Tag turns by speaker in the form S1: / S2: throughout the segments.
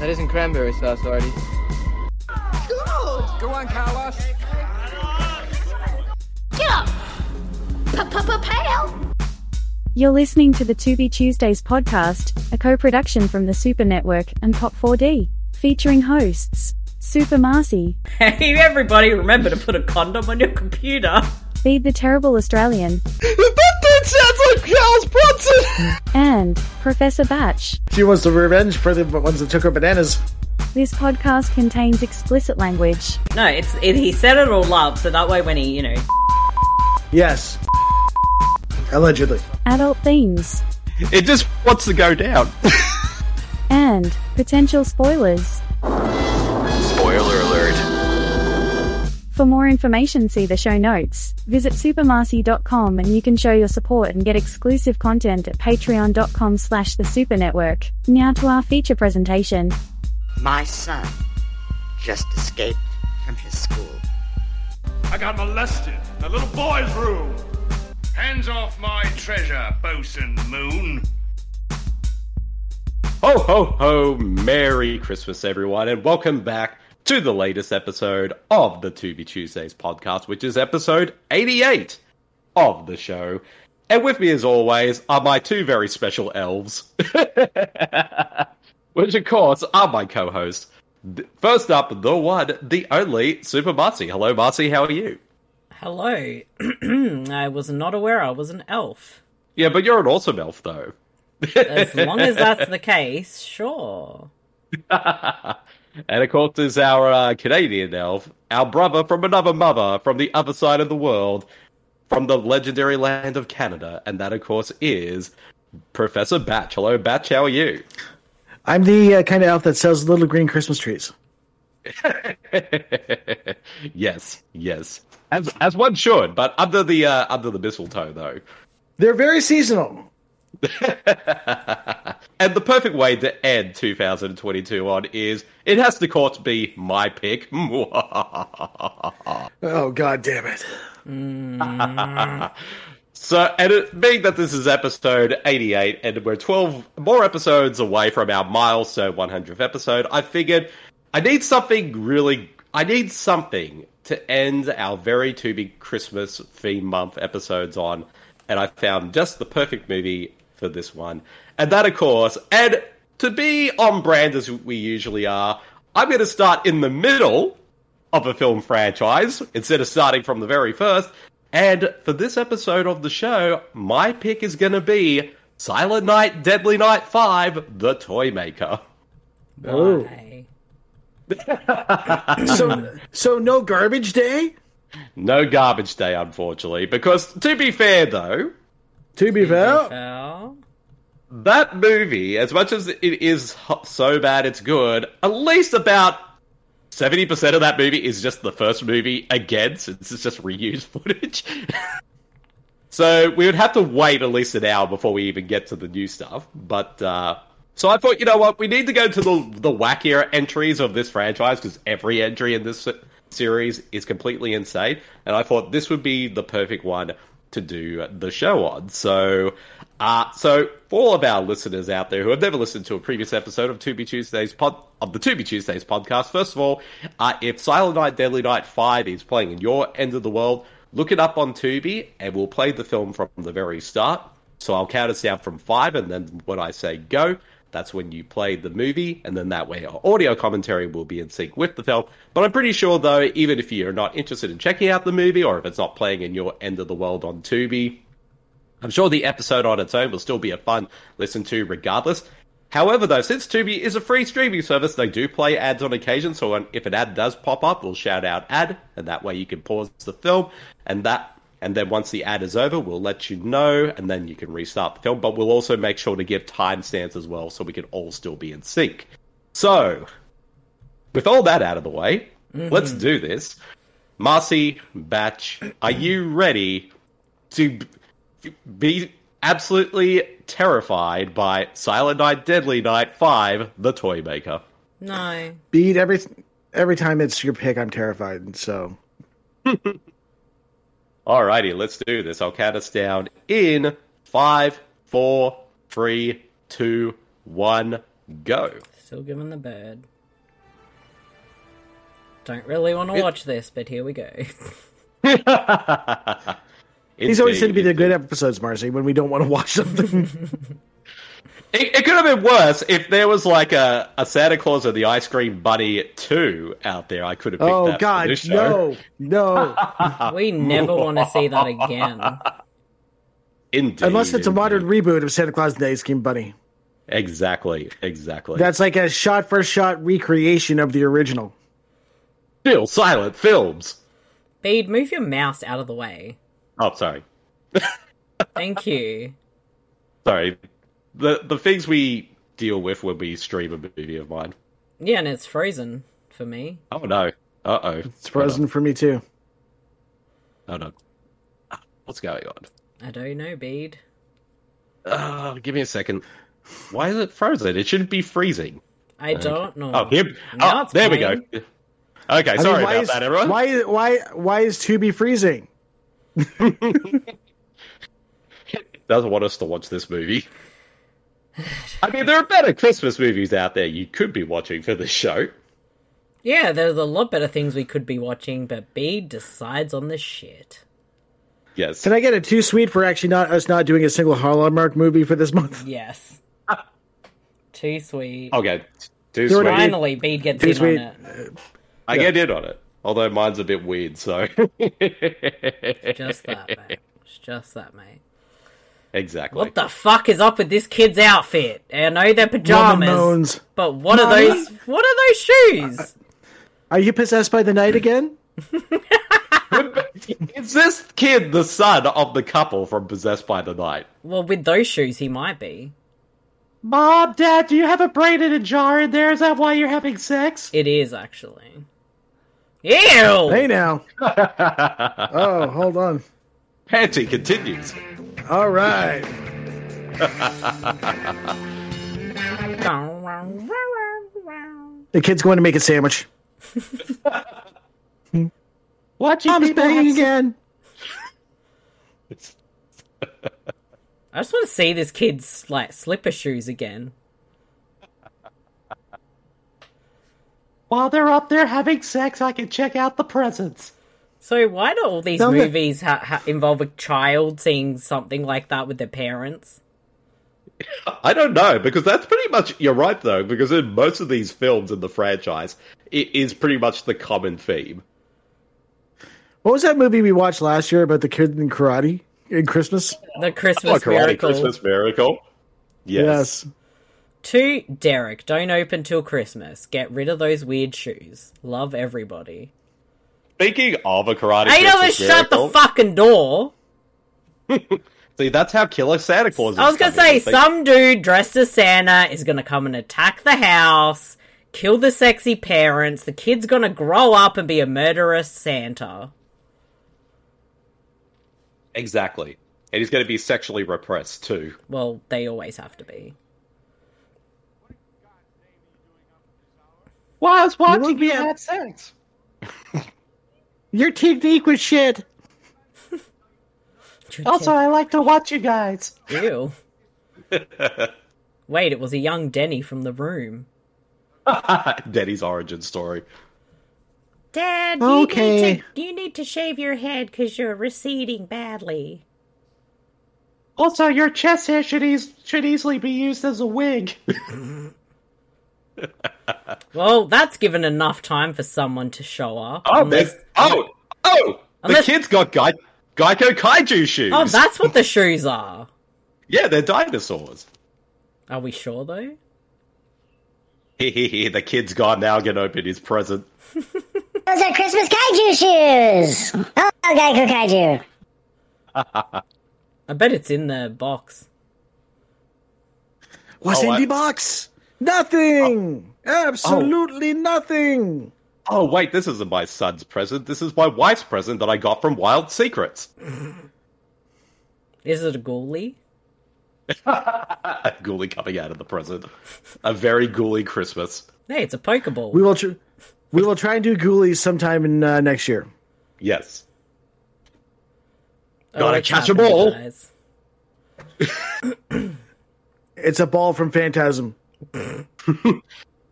S1: That isn't cranberry sauce, Artie.
S2: Go on, Carlos.
S3: Get up! Pa-pa-pa-pale!
S4: You're listening to the To Be Tuesdays podcast, a co production from the Super Network and Pop4D, featuring hosts Super Marcy,
S5: Hey, everybody, remember to put a condom on your computer.
S4: Feed the Terrible Australian,
S6: That dude sounds like Charles Bronson!
S4: and Professor Batch.
S6: she wants the revenge for the ones that took her bananas.
S4: This podcast contains explicit language.
S5: No, it's it, he said it all up, so that way when he, you know,
S6: Yes. Allegedly.
S4: adult themes,
S7: It just wants to go down.
S4: and potential spoilers.
S7: Spoiler alert.
S4: For more information, see the show notes. Visit supermarcy.com and you can show your support and get exclusive content at patreon.com slash the super network. Now to our feature presentation.
S8: My son just escaped from his school.
S9: I got molested in a little boy's room. Hands off my treasure, Bosun Moon.
S7: Ho, ho, ho. Merry Christmas, everyone, and welcome back to the latest episode of the To Be Tuesdays podcast, which is episode 88 of the show. And with me, as always, are my two very special elves, which, of course, are my co hosts. First up, the one, the only, Super Marcy. Hello, Marcy, how are you?
S5: hello. I was not aware I was an elf.
S7: Yeah, but you're an awesome elf, though.
S5: As long as that's the case, sure.
S7: And of course, there's our uh, Canadian elf, our brother from another mother, from the other side of the world, from the legendary land of Canada, and that, of course, is Professor Batch. Hello, Batch. How are you?
S6: I'm the uh, kind of elf that sells little green Christmas trees.
S7: yes, yes, as as one should, but under the uh, under the mistletoe, though.
S6: They're very seasonal.
S7: And the perfect way to end 2022 on is it has to, of course, be my pick.
S6: Oh, god damn it.
S7: So, and it, being that this is episode 88, and we're 12 more episodes away from our milestone 100th episode, I figured I need something really. I need something to end our very to be Christmas theme month episodes on, and I found just the perfect movie for this one. And that, of course, and to be on brand as we usually are, I'm going to start in the middle of a film franchise instead of starting from the very first. And for this episode of the show, my pick is going to be Silent Night, Deadly Night 5, The Toy Maker.
S6: Oh.
S5: Hey.
S6: So, so no garbage day?
S7: No garbage day, unfortunately, because to be fair, though,
S6: To be fair.
S5: Well,
S7: that movie, as much as it is h- so bad it's good, at least about 70% of that movie is just the first movie again, since it's just reused footage. so we would have to wait at least an hour before we even get to the new stuff. But, uh, so I thought, you know what, we need to go to the, the wackier entries of this franchise, because every entry in this s- series is completely insane. And I thought this would be the perfect one to do the show on. So, uh, so for all of our listeners out there who have never listened to a previous episode of To Be Tuesdays pod of the To Be Tuesdays podcast, first of all, uh, if Silent Night Deadly Night Five is playing in your end of the world, look it up on Tubi, and we'll play the film from the very start. So I'll count us down from five, and then when I say go, that's when you play the movie, and then that way our audio commentary will be in sync with the film. But I'm pretty sure, though, even if you're not interested in checking out the movie, or if it's not playing in your end of the world on Tubi, I'm sure the episode on its own will still be a fun listen to regardless. However, though, since Tubi is a free streaming service, they do play ads on occasion, so when, if an ad does pop up, we'll shout out ad, and that way you can pause the film, and that and then once the ad is over, we'll let you know, and then you can restart the film, but we'll also make sure to give timestamps as well, so we can all still be in sync. So, with all that out of the way, let's do this. Marcy, Batch, are you ready to b- be absolutely terrified by Silent Night, Deadly Night 5, The Toy Maker?
S5: no.
S6: Beat every every time it's your pick, I'm terrified. So,
S7: Alrighty, let's do this. I'll count us down in five, four, three, two, one, Go.
S5: Still giving the bird. Don't really want to
S7: It-
S5: watch this, but here we go.
S6: These always tend to be the good episodes, Marcy, when we don't want to watch something.
S7: It, it could have been worse if there was like a, a Santa Claus or the Ice Cream Bunny 2 out there. I could have picked that.
S6: oh
S7: for
S6: God,
S7: this show.
S6: no, no.
S5: we never want to see that again.
S7: Indeed.
S6: Unless it's a modern
S7: indeed.
S6: reboot of Santa Claus and the Ice Cream Bunny.
S7: Exactly, exactly.
S6: That's like a shot for shot recreation of the original.
S7: still silent films.
S5: Bede, move your mouse out of the way.
S7: Oh, sorry.
S5: Thank you.
S7: Sorry. The the things we deal with when we stream a movie of mine.
S5: Yeah, and it's frozen for me.
S7: Oh no. Uh oh.
S6: It's frozen for me too.
S7: Oh no. What's going on?
S5: I don't know, Bede.
S7: Uh, give me a second. Why is it frozen? It shouldn't be freezing.
S5: I don't know.
S7: Oh, here.
S5: Now
S7: oh,
S5: it's
S7: there
S5: playing.
S7: we go. Okay,
S6: I mean,
S7: sorry
S6: why
S7: about
S6: is,
S7: that, everyone.
S6: Why why why is Tubi freezing?
S7: Doesn't want us to watch this movie. I mean, there are better Christmas movies out there you could be watching for this show.
S5: Yeah, there's a lot better things we could be watching, but Bede decides on the shit.
S7: Yes.
S6: Can I get a too sweet for actually not us not doing a single Hallmark movie for this month?
S5: Yes. Too sweet.
S7: Okay. Too
S6: There
S7: sweet.
S6: it is.
S5: Finally, Bede gets
S6: Too
S5: in
S6: sweet.
S5: on it.
S7: I get in on it. Although mine's a bit weird, so.
S5: Just that, mate. It's Just that, mate.
S7: exactly.
S5: What the fuck is up with this kid's outfit? I know they're
S6: Mama
S5: pajamas,
S6: moans.
S5: but what are those? What are those shoes?
S6: Are you possessed by the night again?
S7: Is this kid the son of the couple from Possessed by the Night?
S5: Well, with those shoes, he might be.
S7: Mom, Dad, do you have a brain in a jar in there? Is that why you're having sex?
S5: It is actually. Ew!
S6: Hey now. oh, hold on.
S7: Panty continues.
S6: All right. The kid's going to make a sandwich.
S7: What
S6: Mom's banging again.
S5: I just want to see this kid's like slipper shoes again.
S7: While they're up there having sex, I can check out the presents.
S5: So why do all these
S6: Some of the-
S5: movies ha- ha- involve a child seeing something like that with their parents?
S7: I don't know, because that's pretty much. You're right, though, because in most of these films in the franchise, it is pretty much the common theme.
S6: What was that movie we watched last year about the kid in karate in Christmas?
S5: The Christmas miracle.
S7: Oh, Christmas miracle. Yes.
S5: To Derek, don't open till Christmas. Get rid of those weird shoes. Love everybody.
S7: Speaking of a karate,
S5: I know
S7: Christmas
S5: shut the
S7: miracle-
S5: fucking door.
S7: See, that's how killer Santa Claus. Is
S5: I was gonna
S7: coming.
S5: say
S7: They-
S5: some dude dressed as Santa is gonna come and attack the house, kill the sexy parents. The kid's gonna grow up and be a murderous Santa.
S7: exactly, and he's going to be sexually repressed too.
S5: Well, they always have to be.
S7: Well, I was
S6: look
S7: watching
S6: you at-
S7: have sex.
S6: Your technique was shit.
S7: I like to watch you guys.
S5: Ew. Wait, it was a young Denny from the room.
S7: Denny's origin story.
S5: Dad, you
S6: Okay.
S5: need to you need to shave your head because you're receding badly.
S7: Also, your chest hair should, eas- should easily be used as a wig.
S5: Well, that's given enough time for someone to show up.
S7: Oh,
S5: Unless-
S7: there's- oh, oh!
S5: Unless-
S7: The kid's got Gai- Geico kaiju shoes.
S5: oh, that's what the shoes are.
S7: yeah, they're dinosaurs.
S5: Are we sure though?
S7: the kid's gone now. Can open his present.
S1: Those are Christmas kaiju shoes. Oh, Geico kaiju.
S5: I bet it's in the box.
S6: What's
S7: Oh,
S6: in
S7: I-
S6: the box? Nothing. Absolutely nothing.
S7: Oh wait, this isn't my son's present. This is my wife's present that I got from Wild Secrets.
S5: Is it a ghoulie?
S7: A ghoulie coming out of the present. A very ghoulie Christmas.
S5: Hey, it's a Pokeball.
S6: We will. Tr- we will try and do Ghoulies sometime in uh, next year.
S7: Yes.
S5: Oh,
S7: gotta
S5: it's
S7: catch 'em
S5: happening,
S7: all.
S5: guys.
S6: It's a ball from Phantasm.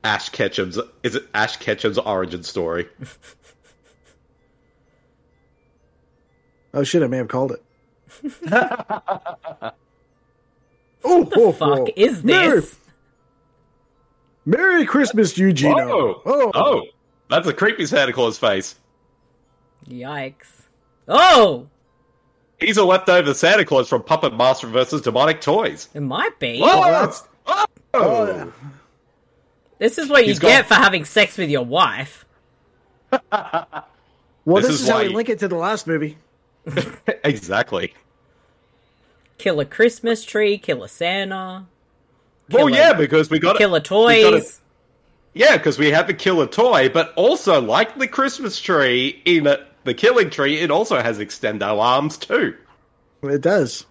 S7: Ash Ketchum's is it Ash Ketchum's origin story.
S6: Oh shit! I may have called it. oh, what
S5: Fuck is this?
S6: Merry, Merry Christmas, Eugene.
S7: Oh, oh, oh, that's a creepy Santa Claus face.
S5: Yikes. Oh!
S7: He's a leftover Santa Claus from Puppet Master versus Demonic Toys.
S5: It might be.
S7: Whoa!
S6: that's-
S7: Oh!
S5: This is what you
S7: He's
S5: get
S7: gone.
S5: for having sex with your wife.
S6: well,
S7: This
S6: this,
S7: is
S6: is, how
S7: why
S6: we
S7: you-
S6: link it to the last movie.
S7: exactly.
S5: Kill a Christmas tree, kill a Santa,
S7: Well,
S5: Killer-
S7: yeah, because we got
S5: kill a
S7: we gotta-
S5: toys.
S7: Yeah, because we have to kill a toy, but also like the Christmas tree in a, the killing tree, it also has extendo arms too.
S6: It does.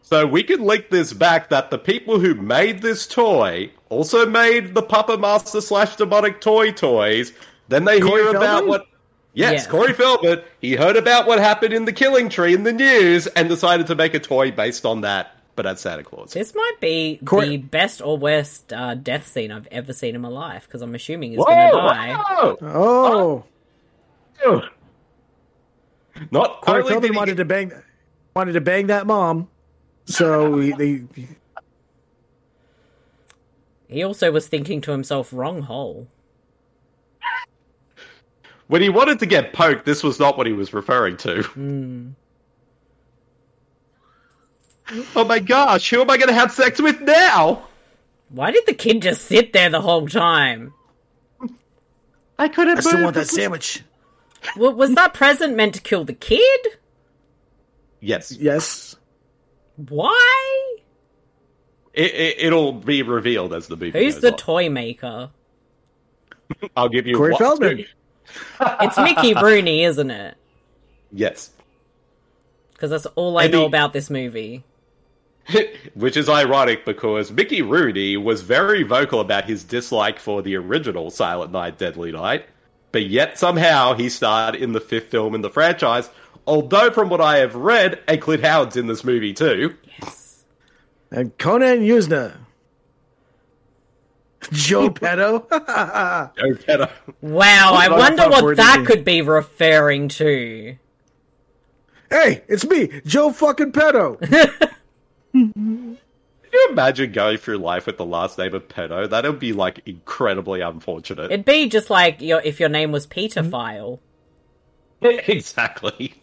S7: So we can link this back that the people who made this toy also made the Puppet Master slash demonic toy toys. Then they
S6: Corey
S7: hear about
S6: Feldman?
S7: what. Yes,
S5: Yeah.
S7: Corey Feldman. He heard about what happened in the Killing Tree in the news and decided to make a toy based on that, but at Santa Claus.
S5: This might be
S6: Cor-
S5: the best or worst uh, death scene I've ever seen in my life because I'm assuming he's going to die.
S7: whoa!
S6: Oh,
S7: Not
S6: Corey
S7: only did
S6: Feldman
S7: he
S6: wanted to bang, wanted to bang that mom. So he, they,
S5: He also was thinking to himself, wrong hole.
S7: When he wanted to get poked, this was not what he was referring to.
S6: Hmm.
S7: Oh my gosh, who am I going to have sex with now?
S5: Why did the kid just sit there the whole time?
S7: I could have
S6: I still want that sandwich.
S5: W- was that present meant to kill the kid?
S7: Yes, it,
S6: Yes.
S5: Why?
S7: it, it'll be revealed as the movie.
S5: Who's
S7: goes
S5: the
S7: on.
S5: toy maker?
S7: I'll give you
S6: Corey
S7: one-
S6: Feldman.
S5: It's Mickey Rooney, isn't it?
S7: Yes,
S5: Because that's all I
S7: Maybe-
S5: know about this movie.
S7: which is ironic because Mickey Rooney was very vocal about his dislike for the original Silent Night, Deadly Night, but yet somehow he starred in the fifth film in the franchise. Although, from what I have read, and Clint Howard's in this movie too.
S6: And Conan Yuzna. Joe Petto.
S7: Joe Petto.
S5: Wow, I
S6: about
S5: wonder
S6: that
S5: what
S6: word
S5: that
S6: is-
S5: could be referring to.
S6: hey, it's me, Joe fucking Petto.
S7: Can you imagine going through life with the last name of Pedo? That would be like incredibly unfortunate.
S5: It'd be just like your, if your name was Peter
S6: Hmm?
S5: File.
S7: exactly.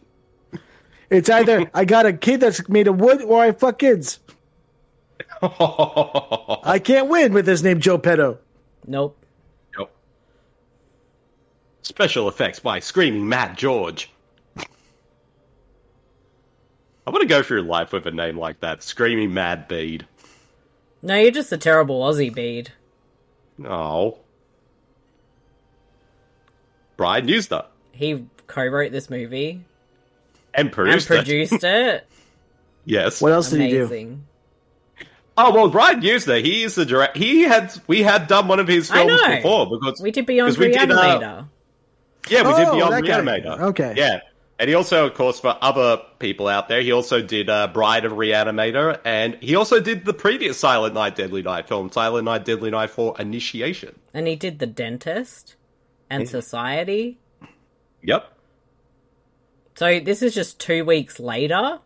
S6: It's either I got a kid that's made of wood or I fuck kids.
S7: Yep.
S6: I can't win with his name Joe Petto.
S5: Nope.
S7: Special effects by Screaming Mad George. I want to go through life with a name like that, Screaming Mad Bead.
S5: No, you're just a terrible Aussie bead.
S7: Oh. Brian Newsner
S5: He co-wrote this movie
S7: and
S5: and
S7: produced it.
S5: produced it.
S7: Yes.
S6: What else did he do?
S5: Amazing.
S7: Oh well, Brian Newsner. He is the direct. He had we had done one of his
S5: I
S7: films
S5: know.
S7: before because
S5: We did Beyond
S7: 'cause we did, uh,
S5: Reanimator.
S7: Yeah, we
S6: Oh,
S7: did Beyond
S6: that guy.
S7: Reanimator.
S6: Okay.
S7: Yeah. And he also, of course, for other people out there, he also did uh, Bride of Reanimator, and he also did the previous Silent Night, Deadly Night film, Silent Night, Deadly Night for Initiation.
S5: And he did The Dentist and Society.
S7: Yep.
S5: So this is just two weeks later.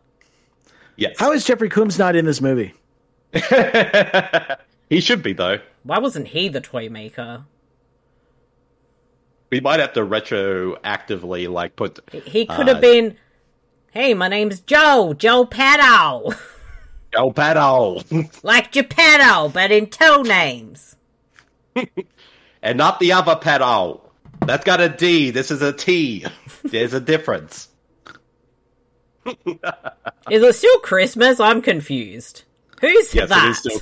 S7: Yes.
S6: How is Jeffrey Coombs not in this movie?
S7: he should be, though.
S5: Why wasn't he the toy maker?
S7: We might have to retroactively, like, put.
S5: He could
S7: Uh,
S5: have been, hey, my name's Joe, Joe Paddo.
S7: El Paddle!
S5: like Geppetto, but in two names.
S7: and not the other Paddle! That's got a D. This is a T. There's a difference.
S5: Is it still Christmas? I'm confused. Who's
S7: Yes,
S5: that?
S7: it is still.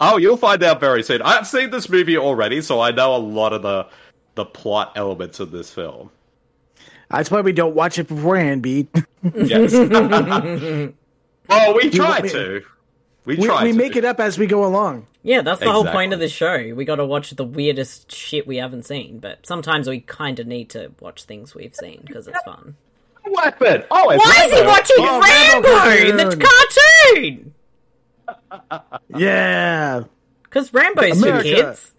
S7: Oh, you'll find out very soon. I've seen this movie already, so I know a lot of the the plot elements of this film.
S6: That's why we don't watch it beforehand, B.
S7: Yes. well, we try
S6: we-
S7: to. We
S6: We,
S7: try.
S6: we
S7: to.
S6: make it up as we go along.
S5: Yeah, that's the whole point
S7: Exactly.
S5: of the show. We got to watch the weirdest shit we haven't seen, but sometimes we kind of need to watch things we've seen because it's fun.
S7: Weapon. Oh, it's
S5: Why is he
S7: Rambo.
S5: watching
S6: Oh, Rambo
S5: Rambo, the
S6: cartoon!
S5: cartoon?
S6: Yeah.
S5: Because Rambo's for
S6: America.
S5: kids.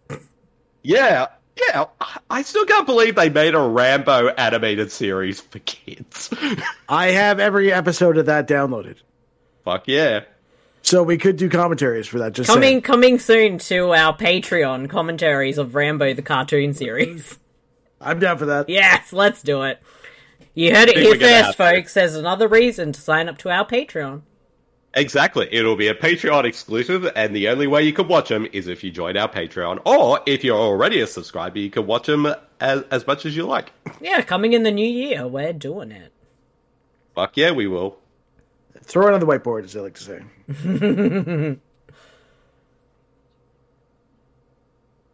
S7: Yeah, yeah. I- I still can't believe they made a Rambo animated series for kids.
S6: I have every episode of that downloaded.
S7: Fuck yeah.
S6: So we could do commentaries for that. Just
S5: Coming
S6: saying.
S5: coming soon to our Patreon commentaries of Rambo the cartoon series.
S6: I'm down for that.
S5: yes, let's do it. You heard it
S7: think
S5: here
S7: we're gonna
S5: first,
S7: have to.
S5: folks. There's another reason to sign up to our Patreon.
S7: Exactly. It'll be a Patreon exclusive, and the only way you can watch them is if you join our Patreon, or if you're already a subscriber, you can watch them as, as much as you like.
S5: Yeah, coming in the new year, we're doing it.
S7: Fuck yeah, we will.
S6: Throw it on the whiteboard, as they like to say.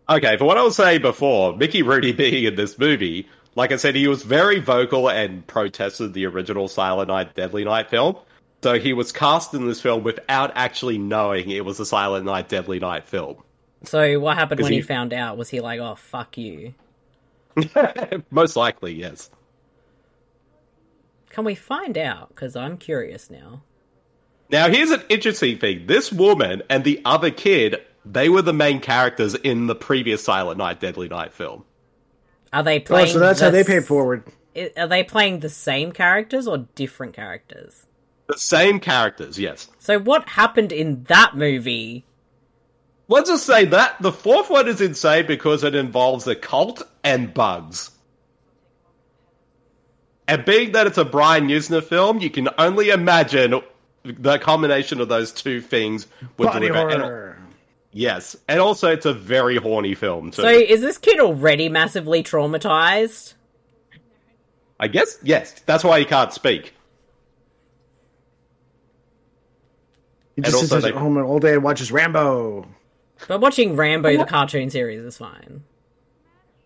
S7: Okay, for what I was saying before, Mickey Rooney being in this movie, like I said, he was very vocal and protested the original Silent Night, Deadly Night film. So he was cast in this film without actually knowing it was a Silent Night, Deadly Night film.
S5: So what happened
S7: Is
S5: when he...
S7: he-
S5: found out? Was he like, "Oh fuck you"?
S7: Most likely, yes.
S5: Can we find out? Because I'm curious now.
S7: Now, here's an interesting thing this woman and the other kid, they were the main characters in the previous Silent Night, Deadly Night film.
S5: Are they
S6: Oh,
S5: playing?
S6: so that's how
S5: the
S6: they
S5: s-
S6: pay forward.
S5: i- Are they playing the same characters or different characters?
S7: The same characters, yes.
S5: So what happened in that movie?
S7: Let's just say that the fourth one is insane because it involves a cult and bugs. And being that it's a Brian Usner film, you can only imagine the combination of those two things would
S6: Body
S7: deliver. And-
S6: horror.
S7: yes, and also it's a very horny film too.
S5: So is this kid already massively traumatized?
S7: I guess yes, that's why he can't speak.
S6: He just
S7: and
S6: sits
S7: also
S6: at
S7: they-
S6: home all day and watches Rambo.
S5: But watching Rambo the cartoon series is fine.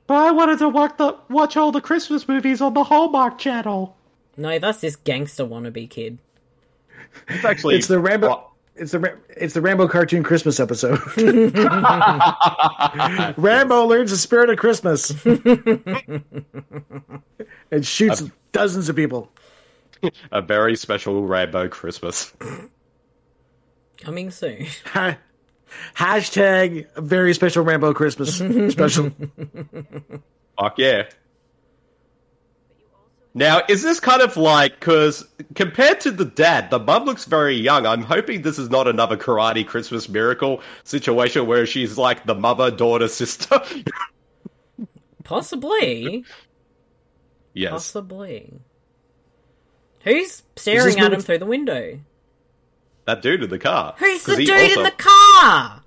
S7: But I wanted to watch the watch all the Christmas movies on the Hallmark Channel.
S5: No, that's this gangster wannabe kid.
S7: It's actually
S6: It's the Rambo.
S7: Well,
S6: It's the Ra- it's the Rambo cartoon Christmas episode. Rambo learns the spirit of Christmas and shoots dozens of people.
S7: a very special Rambo Christmas.
S5: Coming soon.
S6: Ha- Hashtag a very special Rambo Christmas special.
S7: Fuck yeah. Now, is this kind of like, because compared to the dad, the mum looks very young. I'm hoping this is not another karate Christmas miracle situation where she's like the mother, daughter, sister.
S5: Possibly.
S7: yes.
S5: Possibly. Who's staring at
S6: movie-
S5: him through the window?
S7: That dude in the car.
S5: Who's the
S7: 'Cause he
S5: dude in
S7: also-
S5: the car?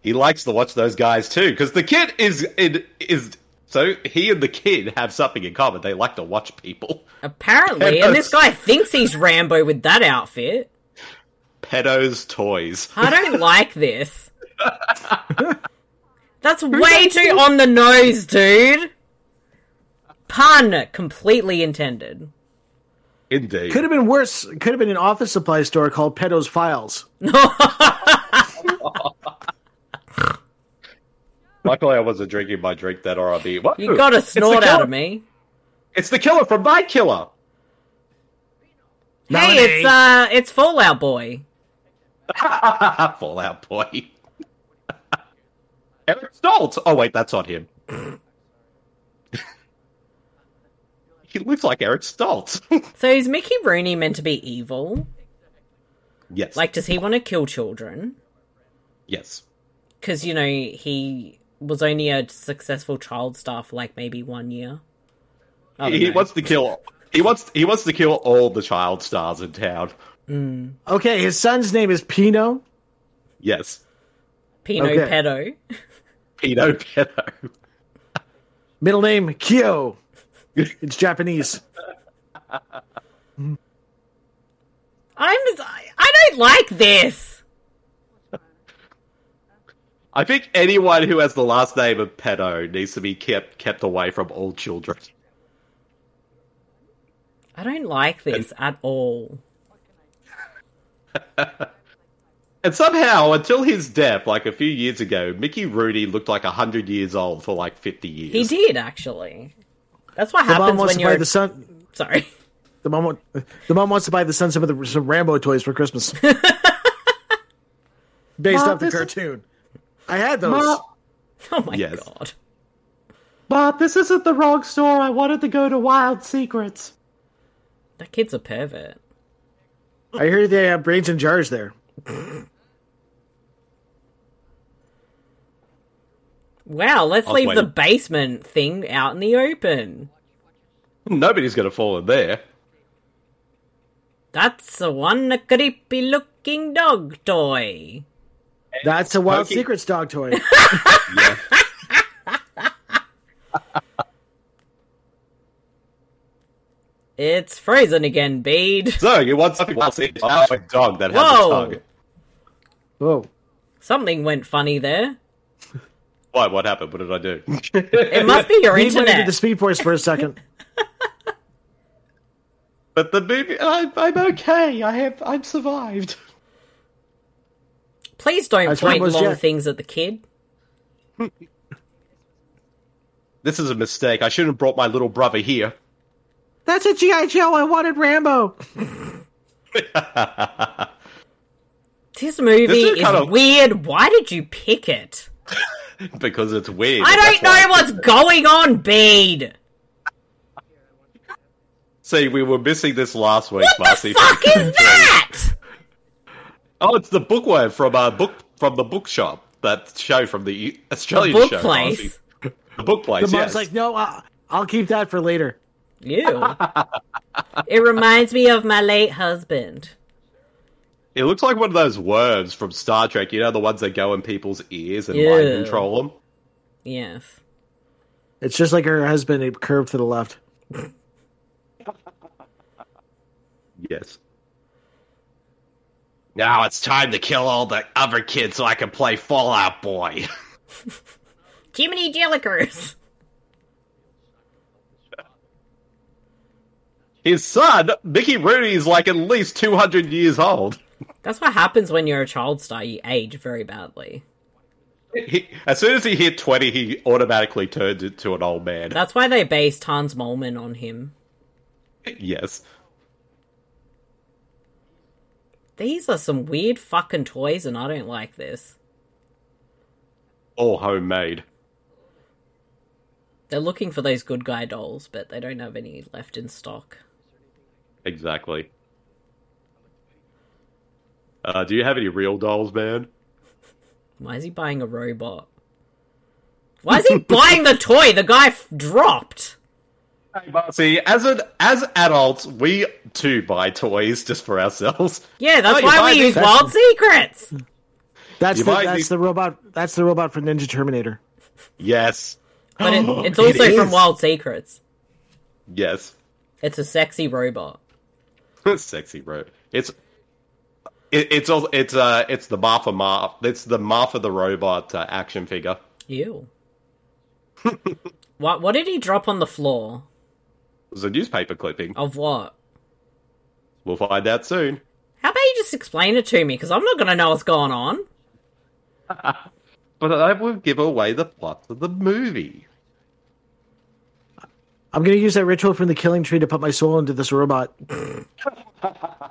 S7: He likes to watch those guys too, because the kid is, in, is. So he and the kid have something in common. They like to watch people.
S5: Apparently,
S7: Yeah,
S5: and this
S7: no,
S5: guy thinks he's Rambo with that outfit.
S7: Pedos toys.
S5: I don't like this. That's way too on the nose, dude. Pun completely intended.
S7: Indeed.
S6: Could have been worse. Could have been an office supply store called Pedo's Files.
S7: Luckily, I wasn't drinking my drink that or I'd be. What?
S5: You got a
S7: It's the
S5: snort out
S7: killer-
S5: of me.
S7: It's the killer from Night Killer.
S5: Hey, it's uh, it's Fallout Boy.
S7: Fallout Boy. Eric Stoltz. Oh wait, that's not him. he looks like Eric Stoltz.
S5: So is Mickey Rooney meant to be evil?
S7: yes.
S5: Like, does he want to kill children?
S7: yes.
S5: Because you know he was only a successful child star for like maybe one year. I don't
S7: He, he
S5: know.
S7: wants to kill. He wants. He wants to kill all the child stars in town.
S6: Okay, his son's name is Pino.
S7: Yes.
S5: Pino
S6: Okay.
S5: Pedo.
S7: Pino Pedo.
S6: Middle name Kyo. It's Japanese.
S5: I'm. I I don't like this.
S7: I think anyone who has the last name of Pedo needs to be kept kept away from all children.
S5: I don't like this at all.
S7: And somehow, until his death, like a few years ago, Mickey Rooney looked like 100 years old for like 50 years.
S5: He did actually. That's what
S6: The mom
S5: happens
S6: wants
S5: when
S6: to buy
S5: you're.
S6: the son.
S5: Sorry.
S6: The mom, wa- the mom wants to buy the son some of the some Rambo toys for Christmas. based
S7: Well,
S6: off the
S7: this is-
S6: cartoon. I had those.
S7: Well-
S5: Oh my
S7: Yes.
S5: god.
S7: But this isn't the wrong store. I wanted to go to Wild Secrets.
S5: That kid's a pervert.
S6: I hear they have brains in jars there.
S5: Wow, let's
S7: was
S5: leave the
S7: waiting.
S5: basement thing out in the open.
S7: Nobody's going to fall in there.
S5: That's a one creepy looking dog toy.
S6: That's a Wild
S7: Pokey.
S6: Secrets dog toy.
S5: It's frozen again, Bede.
S7: So you want something Wild Secrets? I have a dog that has
S5: Whoa.
S7: a tongue.
S6: Whoa.
S5: Something went funny there.
S7: Why? What happened? What did I do?
S5: It must be your
S6: He went into
S5: internet.
S6: the Speed Force for a second.
S7: but the movie, I, I'm okay. I have, I've survived.
S5: Please don't
S6: That's
S5: point
S6: what was
S5: long
S6: Jack.
S5: things at the kid.
S7: This is a mistake. I shouldn't have brought my little brother here.
S6: That's a GI Joe. I wanted Rambo.
S5: This movie
S7: This is
S5: is
S7: kind of-
S5: weird. Why did you pick it?
S7: Because it's weird.
S5: I
S7: That's
S5: don't
S7: why-
S5: know what's going on, Bede.
S7: See, we were missing this last week,
S5: What
S7: Marcy.
S5: the fuck is that?
S7: Oh, it's the bookworm from uh, book from the bookshop. That show from the E-, Australian
S5: Book
S7: show,
S5: place.
S7: Marcy. The book place.
S6: The mom's
S7: yes.
S6: like, no, I- I'll keep that for later.
S5: Ew. it reminds me of my late husband.
S7: It looks like one of those worms from Star Trek. You know, the ones that go in people's ears and mind
S5: Yeah.
S7: control them.
S5: Yes.
S6: It's just like her husband, it curved to the left.
S7: Yes. Now it's time to kill all the other kids so I can play Fallout Boy.
S5: Jiminy Jellicers.
S7: His son, Mickey Rooney, is like at least 200 years old.
S5: That's what happens when you're a child star. You age very badly.
S7: He, as soon as he hit 20, he automatically turned into an old man.
S5: That's why they based Hans Molman on him.
S7: yes.
S5: These are some weird fucking toys, and I don't like this.
S7: All homemade.
S5: They're looking for those good guy dolls, but they don't have any left in stock.
S7: Exactly. Uh, do you have any real dolls, man?
S5: Why is he buying a robot? Why is he buying the toy the guy f- dropped?
S7: See, as an as adults, we too buy toys just for ourselves.
S5: Yeah, that's
S7: Oh, you buy
S5: why we
S7: this-
S5: use Wild Secrets.
S6: That's
S7: You
S6: the,
S7: might
S6: that's
S7: be-
S6: the robot. That's the robot from Ninja Terminator.
S7: Yes.
S5: But it, it's also
S7: It
S5: from
S7: is.
S5: Wild Secrets.
S7: Yes.
S5: It's a sexy robot.
S7: Sexy bro. It's it, it's also it's uh it's the Martha Mar it's the Martha the robot uh, action figure.
S5: Ew. what? What did he drop on the floor
S7: It was a newspaper clipping.
S5: of what?
S7: We'll find out soon.
S5: How about you just explain it to me? Because I'm not gonna know what's going on.
S7: But I will give away the plot of the movie.
S6: I'm going to use that ritual from the killing tree to put my soul into this robot.
S7: The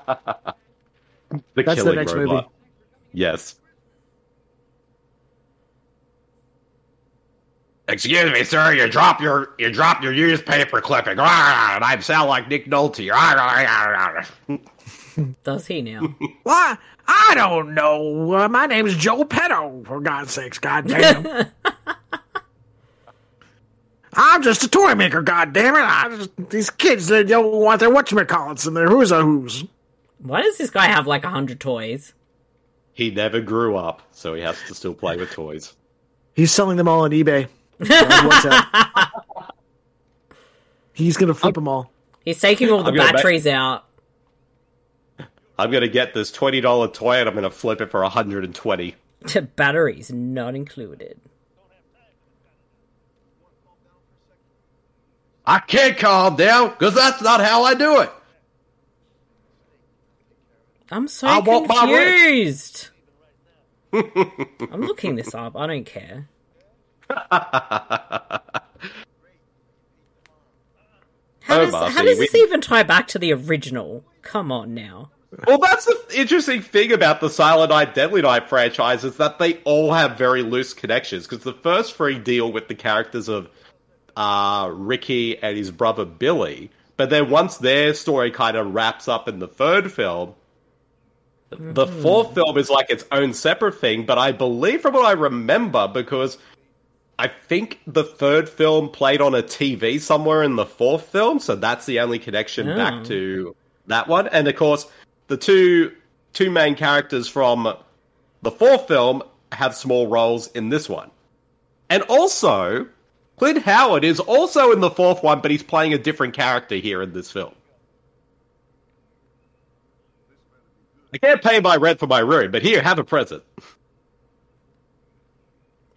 S6: That's the
S7: killing
S6: next
S7: robot.
S6: movie.
S7: Yes. Excuse me, sir. You drop your you drop your newspaper clipping, Rah, rah, and I sound like Nick Nolte. Rah, rah, rah, rah, rah.
S5: Does he now?
S6: Why? I don't know. Uh, my name's Joe Petto, for God's sakes. God damn. I'm just a toy maker, God damn it! I just, these kids, they don't want their whatchamacallits and their who's a who's.
S5: why does this guy have like a hundred toys?
S7: He never grew up, so he has to still play with toys.
S6: He's selling them all on eBay. On WhatsApp. He's going to flip them all.
S5: He's taking all the
S7: I'm gonna back-
S5: batteries out.
S7: I'm gonna get this twenty dollar toy and I'm gonna flip it for hundred and twenty.
S5: To batteries not included.
S7: I can't calm down because that's not how I do it.
S5: I'm so
S7: I want my ring.
S5: confused. I'm looking this up. I don't care. How
S7: Oh,
S5: does, how
S7: Marcy,
S5: does
S7: we- Oh,
S5: this even tie back to the original? Come on now.
S7: Well, that's the interesting thing about the Silent Night, Deadly Night franchise is that they all have very loose connections. Because the first three deal with the characters of uh, Ricky and his brother Billy, but then once their story kind of wraps up in the third film, the fourth film is like its own separate thing. But I believe, from what I remember, because I think the third film played on a TV somewhere in the fourth film, so that's the only connection back to that one. And of course, the two two main characters from the fourth film have small roles in this one. And also, Clint Howard is also in the fourth one, but he's playing a different character here in this film. I can't pay my rent for my room, but here, have a present.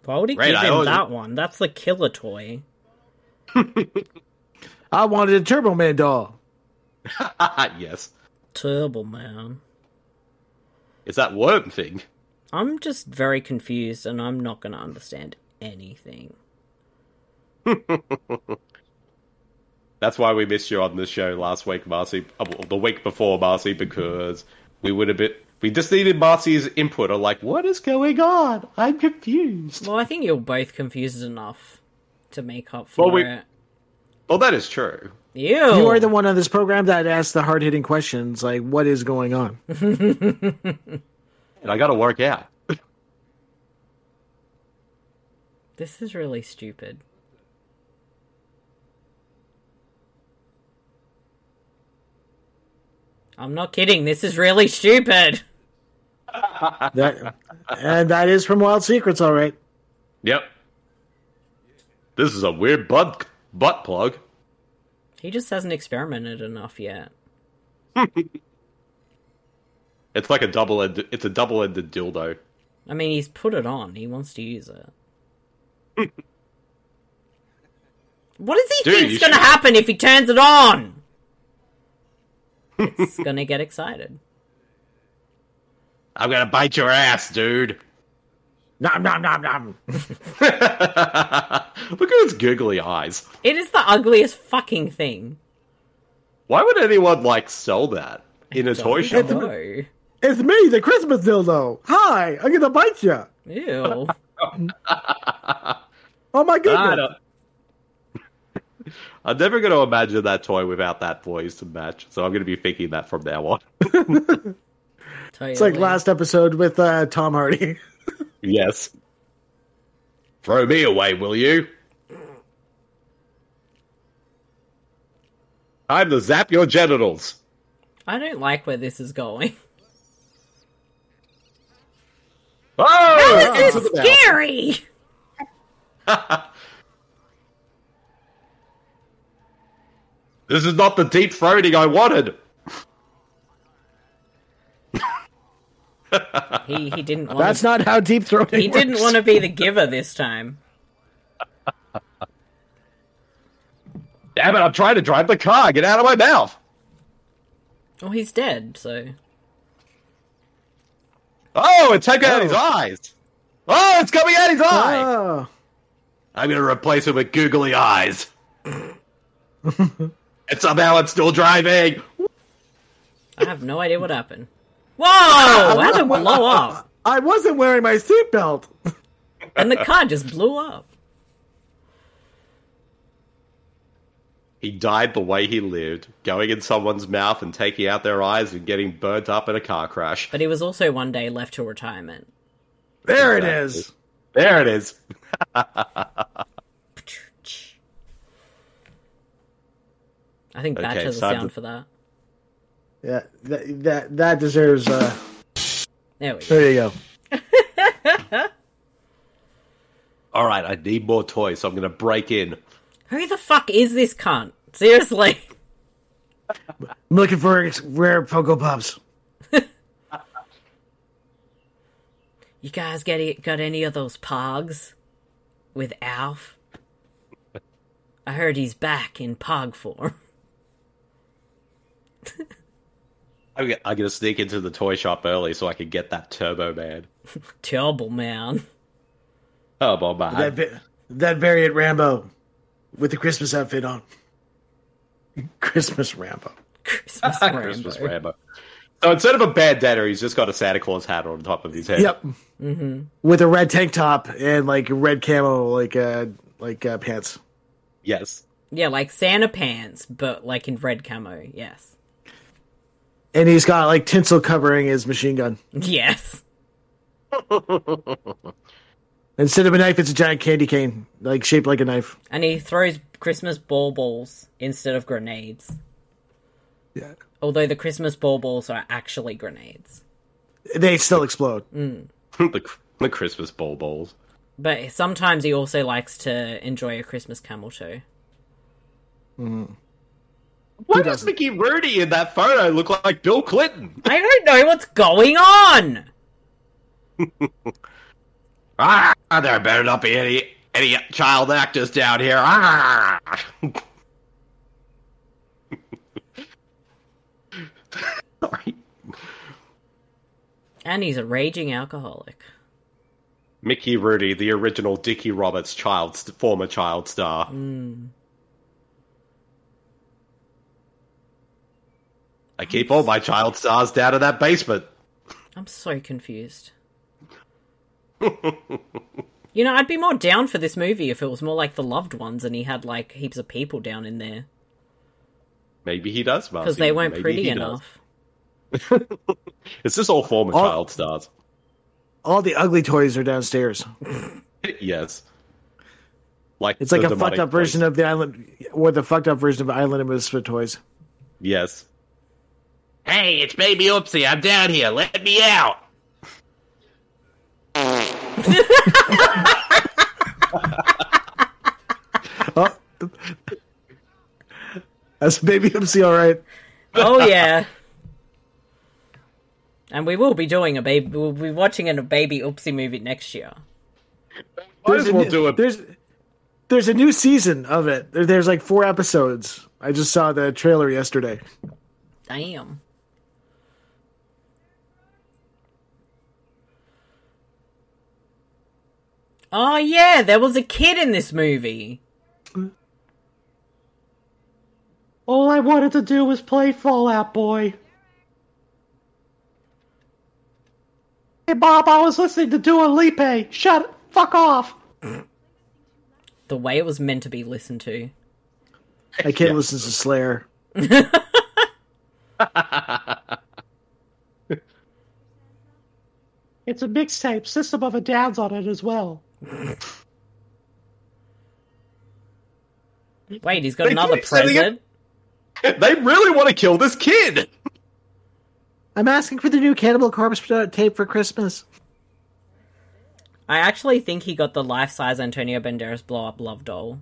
S5: Why would he
S7: Right,
S5: give
S7: I
S5: him
S7: always-
S5: that one? That's the killer toy.
S6: I wanted a Turbo Man doll.
S7: yes.
S5: Turbo Man.
S7: It's that worm thing.
S5: I'm just very confused and I'm not going to understand anything.
S7: That's why we missed you on this show last week, Marcy. uh, well, The week before, Marcy, because we would have been. We just needed Marcy's input on, like, what is going on? I'm confused.
S5: Well, I think you're both confused enough to make up for
S7: Well, we-
S5: it.
S7: Well, that is true.
S5: Ew.
S6: You are the one on this program that asks the hard hitting questions like, what is going on?
S7: And I got to work out.
S5: This is really stupid. I'm not kidding. This is really stupid.
S6: That, and that is from Wild Secrets, all right.
S7: Yep. This is a weird butt, butt plug.
S5: He just hasn't experimented enough yet.
S7: It's like a double ended. It's a double ended dildo.
S5: I mean, he's put it on. He wants to use it. what does he
S7: Dude,
S5: think's
S7: you
S5: going to
S7: should-
S5: happen if he turns it on? It's going to get excited.
S7: I'm gonna bite your ass, dude.
S6: Nom, nom, nom, nom.
S7: Look at his googly eyes.
S5: It is the ugliest fucking thing.
S7: Why would anyone like sell that in a toy shop?
S5: No.
S6: It's me, the Christmas dildo. Hi, I'm going to bite you.
S5: Ew.
S6: Oh my
S7: I
S6: goodness.
S7: don't- I'm never going to imagine that toy without that voice to match, so I'm going to be thinking that from now on.
S6: It's like last episode with uh, Tom Hardy.
S7: yes. Throw me away, will you? Time to zap your genitals.
S5: I don't like where this is going.
S7: Oh!
S5: This
S7: into
S5: is
S7: the mouth.
S5: scary.
S7: This is not the deep throating I wanted.
S5: He he didn't want.
S6: That's
S5: to,
S6: not how deep throating
S5: He didn't want to be the giver this time.
S7: Damn it, I'm trying to drive the car. Get out of my mouth.
S5: Oh, he's dead. So
S7: Oh, it's taking out his eyes. Oh, it's coming out his eye.
S6: Oh.
S7: I'm gonna replace it with googly eyes. and somehow I'm still driving.
S5: I have no idea what happened. Whoa! How did it blow up?
S6: I wasn't wearing my seatbelt.
S5: And the car just blew up.
S7: He died the way he lived, going in someone's mouth and taking out their eyes and getting burnt up in a car crash.
S5: But he was also one day left to retirement.
S6: There it is.
S7: There it is.
S5: I think
S7: Okay,
S5: Batch has a
S7: so I've
S5: sound
S7: d-
S5: for that.
S6: Yeah, that that, that deserves. Uh,
S5: There we go.
S6: there you go.
S7: All right, I need more toys, so I'm gonna break in.
S5: Who the fuck is this cunt? Seriously.
S6: I'm looking for ex- rare Pogo Pops.
S5: You guys get it, got any of those pogs with Alf? I heard he's back in pog form.
S7: I'm gonna, I'm gonna sneak into the toy shop early so I can get that Turbo Man.
S5: Terrible man.
S7: Turbo Man.
S6: That va- that variant Rambo with the Christmas outfit on. Christmas Rambo.
S5: Christmas Rambo.
S7: Christmas Rambo. So instead of a bandana, he's just got a Santa Claus hat on top of his head.
S6: Yep. Mm-hmm. With a red tank top and like red camo, like uh, like uh, pants.
S7: Yes.
S5: Yeah, like Santa pants, but like in red camo. Yes.
S6: And he's got like tinsel covering his machine gun.
S5: Yes.
S6: Instead of a knife, it's a giant candy cane, like shaped like a knife.
S5: And he throws Christmas ball balls instead of grenades.
S6: Yeah.
S5: Although the Christmas ball balls are actually grenades.
S6: They still explode.
S7: the, the Christmas ball balls.
S5: But sometimes he also likes to enjoy a Christmas camel toe.
S7: Why does Mickey Rooney in that photo look like Bill Clinton?
S5: I don't know what's going on!
S7: Ah, there better not be any any child actors down here. Ah. Sorry.
S5: And he's a raging alcoholic.
S7: Mickey Rooney, the original Dickie Roberts child, former child star. I keep all my child stars down in that basement.
S5: I'm so confused. you know, I'd be more down for this movie if it was more like The Loved Ones and he had like heaps of people down in there.
S7: Maybe he does,
S5: Because they weren't pretty enough.
S7: It's just all former
S6: Oh.
S7: child stars.
S6: All the ugly toys are downstairs.
S7: yes. Like
S6: It's like
S7: the
S6: a fucked
S7: demonic
S6: up version
S7: place.
S6: of the island, or the fucked up version of Island of Misfit Toys.
S7: Yes. Hey, it's baby Oopsie. I'm down here. Let me out.
S6: Oh. That's baby MC, all right.
S5: Oh yeah. And we will be doing a baby. We'll be watching a baby oopsie movie next year.
S7: Might as
S6: a
S7: well
S6: new-
S7: do it.
S6: There's there's a new season of it. There, there's like four episodes. I just saw the trailer yesterday.
S5: Damn. Oh yeah, there was a kid in this movie.
S7: All I wanted to do was play Fallout Boy. Hey, Bob, I was listening to Dua Lipe. Shut fuck off.
S5: The way it was meant to be listened to.
S6: I can't listen to Slayer.
S2: It's a mixtape. System of a Down's on it as well.
S5: Wait, he's got
S7: They
S5: another
S7: keep sending it-
S5: present.
S7: They really want to kill this kid.
S6: I'm asking for the new Cannibal Corpse uh, tape for Christmas.
S5: I actually think he got the life-size Antonio Banderas blow-up love doll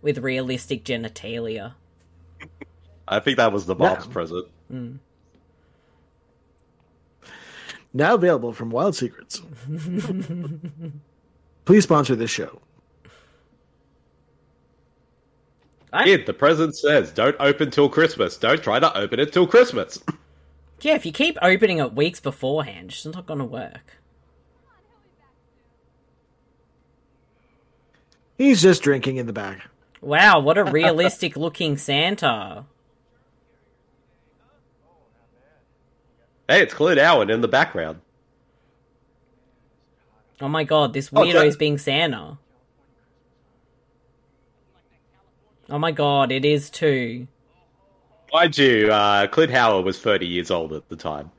S5: with realistic genitalia.
S7: I think that was the Bob's
S6: No.
S7: present.
S6: Now available from Wild Secrets. Please sponsor this show.
S7: Kid, the present says, "Don't open till Christmas. Don't try to open it till Christmas."
S5: Yeah, if you keep opening it weeks beforehand, it's just not going to work.
S6: He's just drinking in the back.
S5: Wow, what a realistic looking Santa.
S7: hey, it's Clint Owen in the background.
S5: Oh my god, this
S7: Oh,
S5: weirdo
S7: that-
S5: is being Santa. Oh my god, it is too.
S7: Mind you, uh, Clint Howard was 30 years old at the time.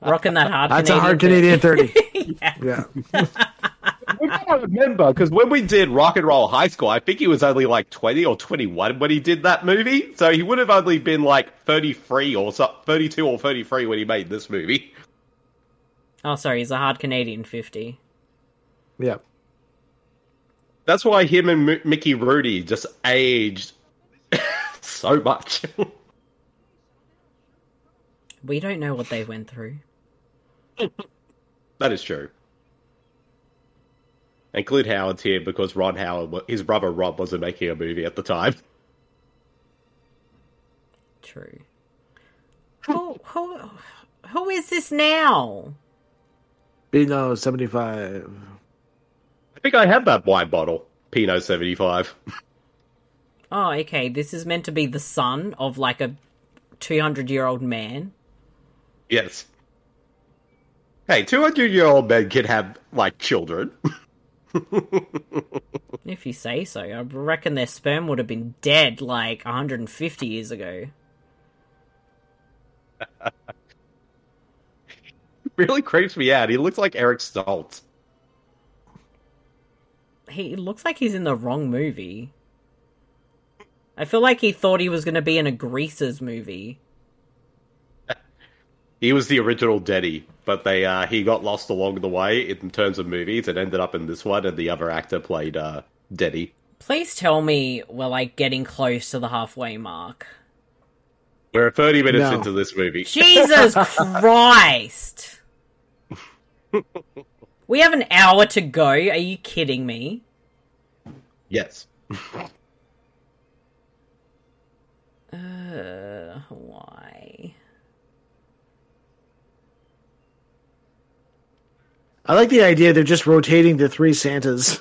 S5: Rocking that hard
S6: That's
S5: Canadian
S6: a
S5: bit.
S6: hard Canadian 30. yeah.
S7: we gotta remember because when we did Rock and Roll High School, I think he was only like 20 or 21 when he did that movie. So he would have only been like 33 or so, 32 or 33 when he made this movie.
S5: Oh, sorry, he's a hard Canadian 50.
S6: Yeah.
S7: That's why him and M- Mickey Rooney just aged so much.
S5: We don't know what they went through.
S7: that is true. And Clint Howard's here because Ron Howard, wa- his brother Rob, wasn't making a movie at the time.
S5: True. who, who, who is this now?
S6: Beano 75.
S7: I think I had that wine bottle, Pinot 75.
S5: Oh, okay, this is meant to be the son of like a 200 year old man.
S7: Yes. Hey, 200 year old men can have, like, children.
S5: If you say so, I reckon their sperm would have been dead like 150 years ago.
S7: really creeps me out. He looks like Eric Stoltz.
S5: He it looks like he's in the wrong movie. I feel like he thought he was going to be in a Greasers movie.
S7: He was the original Denny, but they uh, he got lost along the way in terms of movies and ended up in this one, and the other actor played uh, Denny.
S5: Please tell me we're like getting close to the halfway mark.
S7: We're 30 minutes
S6: No.
S7: into this movie.
S5: Jesus Christ! we have an hour to go. Are you kidding me?
S7: Yes.
S5: Uh, why?
S6: I like the idea they're just rotating the three Santas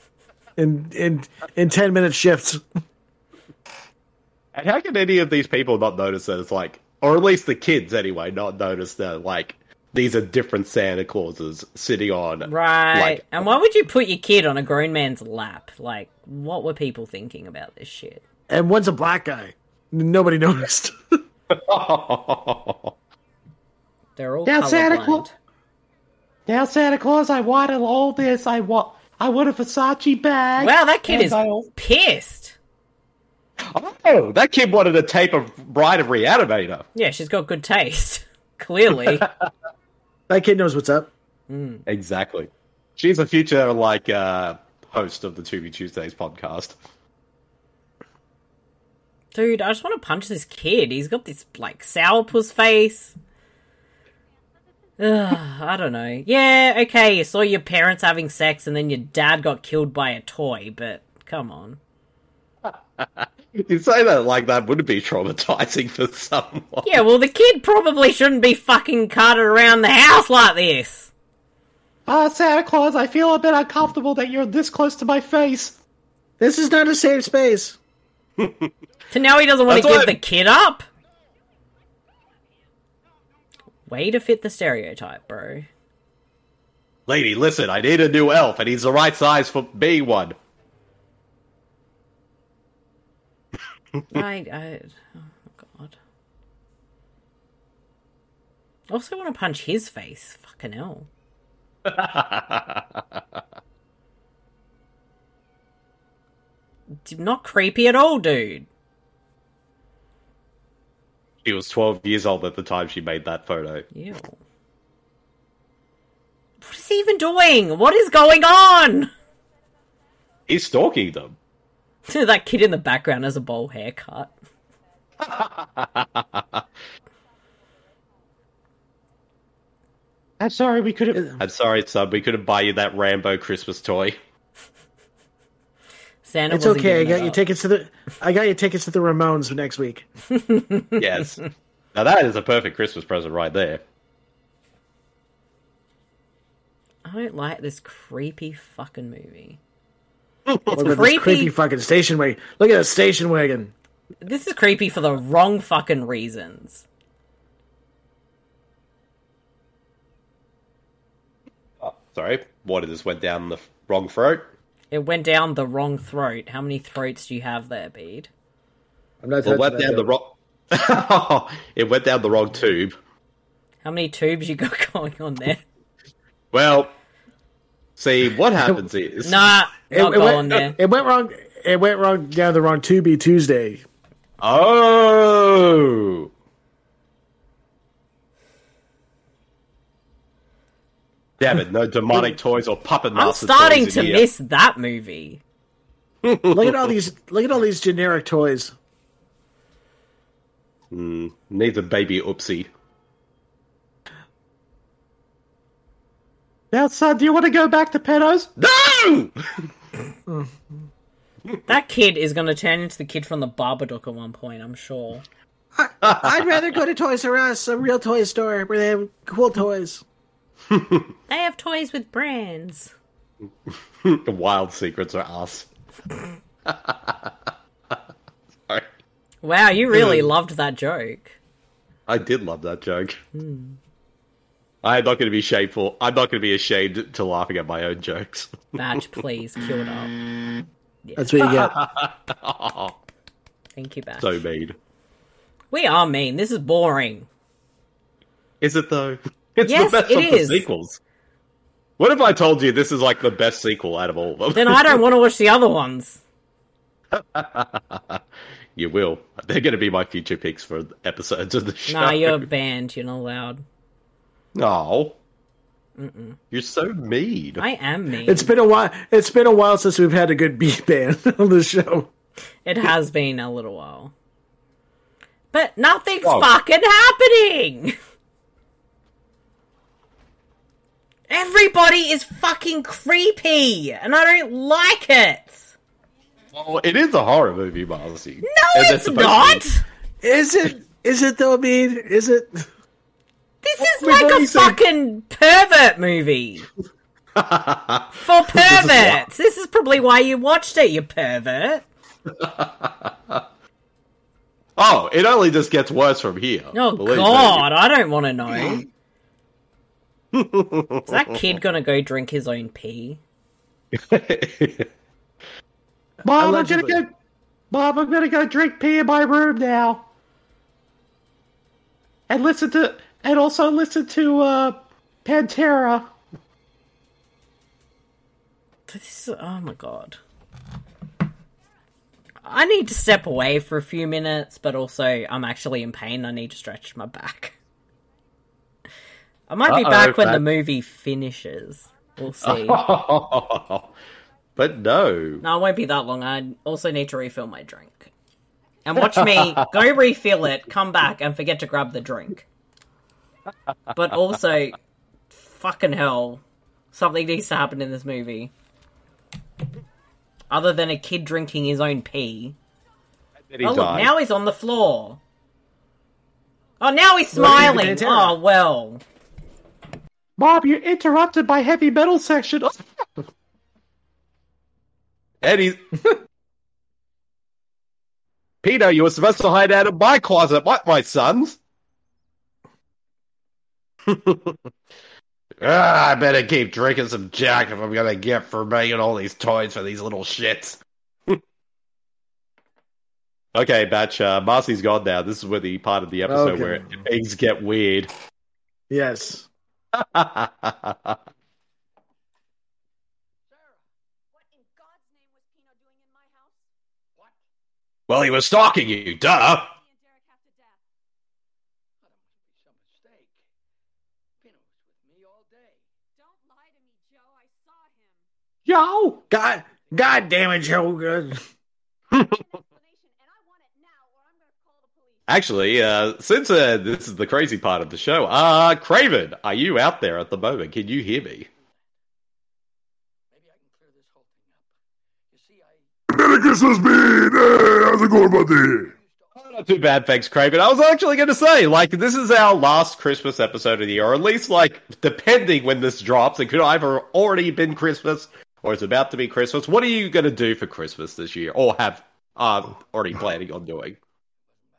S6: in in in ten minute shifts.
S7: And how can any of these people not notice that it's like, or at least the kids anyway, not notice that like these are different Santa Clauses sitting on
S5: Right.
S7: Like-
S5: and why would you put your kid on a grown man's lap? Like, what were people thinking about this shit?
S6: And one's a black guy. Nobody noticed.
S5: They're all
S2: Now Santa
S5: colorblind.
S2: Claus- Now, Santa Claus, I want all this. I want. I want a Versace bag.
S5: Wow, that kid
S2: and
S5: is
S2: I al-
S5: pissed.
S7: oh, that kid wanted a tape of Bride of Reanimator.
S5: Yeah, she's got good taste. Clearly.
S6: that kid knows what's up.
S7: Exactly. She's a future like uh, host of the To Be Tuesdays podcast.
S5: Dude, I just want to punch this kid. He's got this, like, sourpuss face. Ugh, I don't know. Yeah, okay, you saw your parents having sex and then your dad got killed by a toy, but come on.
S7: You say that like that would be traumatizing for someone.
S5: Yeah, well, the kid probably shouldn't be fucking carted around the house like this.
S2: Ah, Santa Claus, I feel a bit uncomfortable that you're this close to my face.
S6: This is not a safe space.
S5: So now he doesn't want to
S7: That's
S5: give
S7: what-
S5: the kid up? Way to fit the stereotype, bro.
S7: Lady, listen, I need a new elf, and he's the right size for me one.
S5: I, I, oh god. Also, want to punch his face. Fucking hell. D- Not creepy at all, dude.
S7: She was 12 years old at the time she made that photo.
S5: Ew. What is he even doing? What is going on?
S7: He's stalking them.
S5: that kid in the background has a bowl haircut.
S2: I'm sorry, we could have.
S7: I'm sorry, son, we couldn't buy you that Rambo Christmas toy.
S5: Santa,
S6: It's
S5: wasn't
S6: okay. I
S5: giving
S6: got
S5: it
S6: you
S5: up.
S6: tickets to the. I got you tickets to the Ramones next week.
S7: Yes. now that is a perfect Christmas present right there.
S5: I don't like this creepy fucking movie.
S6: Look at this
S5: creepy.
S6: creepy fucking station wagon. Look at the station wagon.
S5: This is creepy for the wrong fucking reasons.
S7: Oh, sorry, water just went down the wrong throat.
S5: It went down the wrong throat. How many throats do you have there, Bede?
S6: I'm not.
S7: It
S6: touching
S7: went
S6: that
S7: down the
S6: joke.
S7: wrong. it went down the wrong tube.
S5: How many tubes you got going on there?
S7: Well, see what happens is
S5: Nah, not
S6: it,
S5: going
S6: went,
S5: there.
S6: it went wrong. It went wrong down the wrong to be Tuesday.
S7: oh, damn it! No demonic toys or puppet
S5: I'm
S7: master.
S5: starting
S7: toys
S5: to
S7: in here.
S5: miss that movie.
S6: Look at all these. Look at all these generic toys.
S7: Needs a baby oopsie.
S2: Now, son, do you want to go back to pedos?
S7: No.
S5: That kid is going to turn into the kid from the Barbadook at one point, I'm sure.
S6: I'd rather go to Toys R Us, a real toy store where they have cool toys.
S5: They have toys with brands.
S7: The wild secrets are us. Sorry.
S5: Wow, you really
S6: Hmm.
S5: loved that joke.
S7: I did love that joke. I'm not going to be shameful. I'm not going to be ashamed to laughing at my own jokes.
S5: Badge, please, queue it up.
S6: That's what you get.
S5: Thank you, Badge.
S7: so mean.
S5: we are mean. This is boring.
S7: Is it though? It's
S5: Yes,
S7: the best
S5: it
S7: of
S5: is.
S7: the sequels. What if I told you this is like the best sequel out of all of them?
S5: Then I don't want to watch the other ones.
S7: you will. They're going to be my future picks for episodes of the show.
S5: Nah, you're banned. You're not allowed.
S7: No. You're so mean.
S5: I am mean.
S6: It's been a while. It's been a while since we've had a good beat band on the show.
S5: It has been a little while. But nothing's
S7: Whoa.
S5: fucking happening! Everybody is fucking creepy, and I don't like it!
S7: Well, it is a horror movie, Marcy. No,
S5: No, it's not!
S6: Is it? Is it though? I mean, is it?
S5: This is
S7: We've
S5: like a
S7: already said-
S5: fucking pervert movie! For perverts! this is probably why you watched it, you pervert!
S7: Oh, it only just gets worse from here.
S5: Oh
S7: Believe me.
S5: god, I don't want to know. Is that kid gonna go drink his own pee?
S2: Mom,
S6: Allegedly.
S2: I'm gonna go. Mom, I'm gonna go drink pee in my room now. And listen to, and also listen to uh, Pantera.
S5: This is, oh my god. I need to step away for a few minutes, but also I'm actually in pain. I need to stretch my back. I might be
S7: Uh-oh,
S5: back when the
S7: Pat.
S5: movie finishes. We'll see.
S7: but no.
S5: No, it won't be that long. I also need to refill my drink. And watch me go refill it, come back, and forget to grab the drink. But also, fucking hell, something needs to happen in this movie. Other than a kid drinking his own pee.
S7: Then he
S5: oh, look,
S7: died.
S5: now he's on the floor. Oh, now he's smiling.
S2: Pantera.
S5: Oh, well.
S2: Mom, you're interrupted by heavy metal section. Oh.
S7: And he's. Peter, you were supposed to hide out in my closet, like my sons. Ah, I better keep drinking some Jack if I'm gonna get for making all these toys for these little shits. okay, Batch, uh, Marcy's gone now. This is where the part of the episode
S6: Okay.
S7: where things get weird.
S6: Yes.
S7: well, he was stalking you, duh.
S2: Yo,
S6: God. God damn it, Joe. Good.
S7: Actually, uh, since uh, this is the crazy part of the show, uh, Craven, are you out there at the moment? Can you hear me?
S3: Medicus is mean. Hey, how's it going, buddy?
S7: Oh, Not too bad, thanks, Craven. I was actually going to say, like, this is our last Christmas episode of the year, or at least, like, depending when this drops, it could either already been Christmas or it's about to be Christmas. What are you going to do for Christmas this year, or have um, already planning on doing?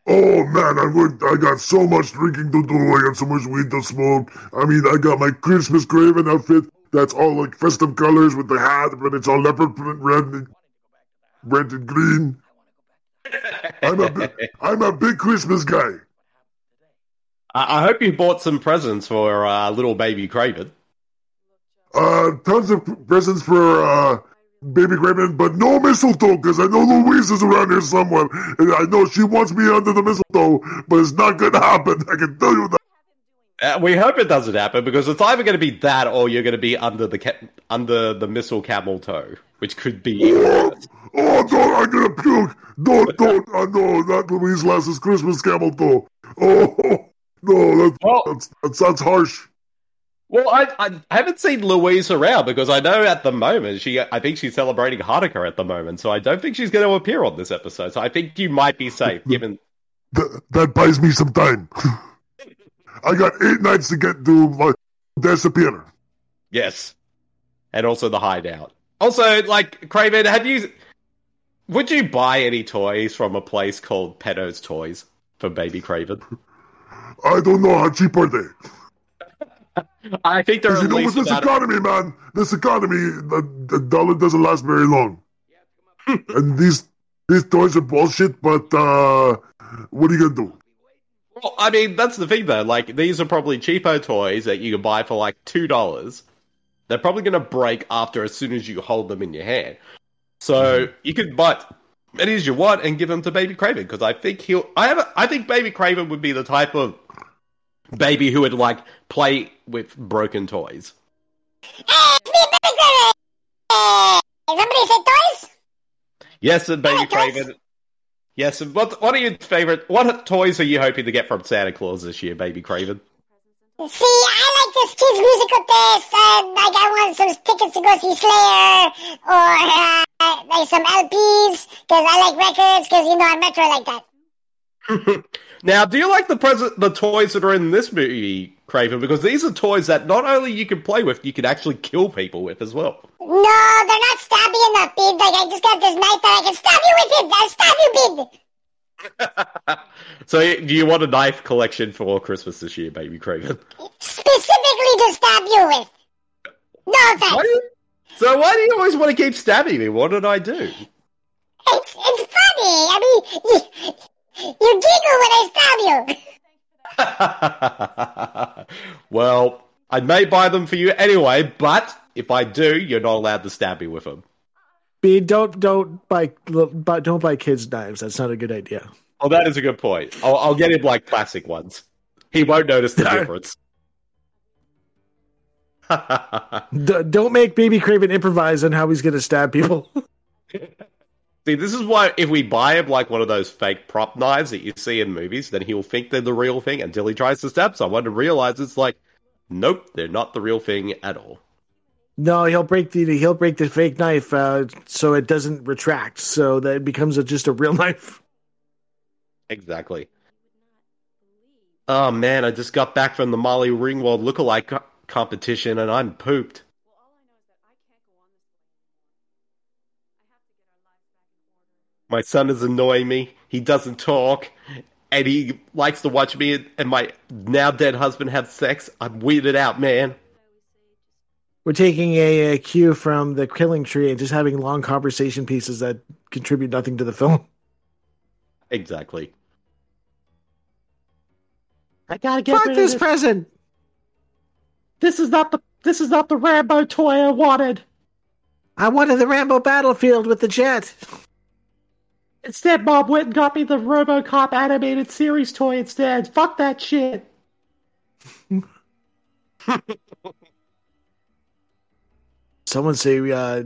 S3: Oh man, I would. I got so much drinking to do. I got so much weed to smoke. I mean, I got my Christmas Craven outfit. That's all like festive colors with the hat, but it's all leopard print red, and red and green. I'm a big, I'm a big Christmas guy.
S7: I, I hope you bought some presents for uh, little baby Craven.
S3: Uh, tons of presents for uh, baby Craven, but no mistletoe because I know Louise is around here somewhere, and I know she wants me under the mistletoe, but it's not gonna happen. I can tell you that.
S7: Uh, we hope it doesn't happen because it's either going to be that or you're going to be under the ca- under the missile camel toe, which could be. even
S3: Oh,
S7: worse.
S3: oh, don't! I'm gonna puke. Don't, don't! Uh, no, not Louise Lass's Christmas camel toe. Oh no, that's
S7: Well-
S3: that's, that's that's harsh.
S7: Well, I, I haven't seen Louise around because I know at the moment she I think she's celebrating Hanukkah at the moment, so I don't think she's going to appear on this episode. So I think you might be safe, given.
S3: Th- that buys me some time. I got eight nights to get to my disappear.
S7: Yes, and also the hideout. Also, like Craven, have you? Would you buy any toys from a place called Pedo's Toys for Baby Craven?
S3: I don't know how cheap are they.
S7: I think they're
S3: Because you
S7: at
S3: know, with
S7: least
S3: this
S7: about
S3: economy, man, this economy, the, the dollar doesn't last very long. and these these toys are bullshit, but uh, what are you gonna do?
S7: Well, I mean, that's the thing though. Like, these are probably cheapo toys that you can buy for like two dollars. They're probably going to break after as soon as you hold them in your hand. So you can buy it as you want and give them to Baby Craven because I think he'll. I have. A, I think Baby Craven would be the type of baby who would like play with broken toys.
S1: Hey, Ah, it's me, Baby Craven! Hey, somebody said toys?
S7: Yes, and Baby
S1: Like us?
S7: Craven. Yes, and what what are your favorite? What toys are you hoping to get from Santa Claus this year, Baby Craven?
S1: See, I like this kids' musical taste. Uh, like, I want some tickets to go see Slayer or uh, like some LPs because I like records because, you know, I'm Metro like that.
S7: Now, do you like the present the toys that are in this movie, Craven? Because these are toys that not only you can play with, you can actually kill people with as well.
S1: No, they're not stabby enough, Bid. Like, I just got this knife that I can stab you with it. I'll stab you, Bid.
S7: So, do you want a knife collection for Christmas this year, baby Craven?
S1: Specifically to stab you with. No
S7: Why do
S1: offense.
S7: you, so, why do you always want to keep stabbing me? What did I do?
S1: It's, it's funny. I mean, you, you giggle when I stab you.
S7: well, I may buy them for you anyway, but if I do, you're not allowed to stab me with them.
S6: Be don't don't buy but don't buy kids knives. That's not a good idea.
S7: Well, that is a good point. I'll, I'll get him like classic ones. He won't notice the difference.
S6: D- don't make Baby Craven improvise on how he's going to stab people.
S7: see, this is why if we buy him like one of those fake prop knives that you see in movies, then he'll think they're the real thing until he tries to stab someone and realizes, like, nope, they're not the real thing at all.
S6: no, he'll break the he'll break the fake knife uh, so it doesn't retract, so that it becomes a, just a real knife.
S7: Exactly. Oh man, I just got back from the Molly Ringwald lookalike co- competition and I'm pooped. My son is annoying me. He doesn't talk, and he likes to watch me and- and my now dead husband have sex. I'm weirded out, man.
S6: We're taking a, uh cue from the Killing Tree and just having long conversation pieces that contribute nothing to the film.
S7: Exactly.
S2: I gotta get rid of this.
S6: present.
S2: This is not the this is not the Rambo toy I wanted.
S6: I wanted the Rambo battlefield with the jet.
S2: Instead, Mom went and got me the RoboCop animated series toy instead. Fuck that shit.
S6: Someone say uh,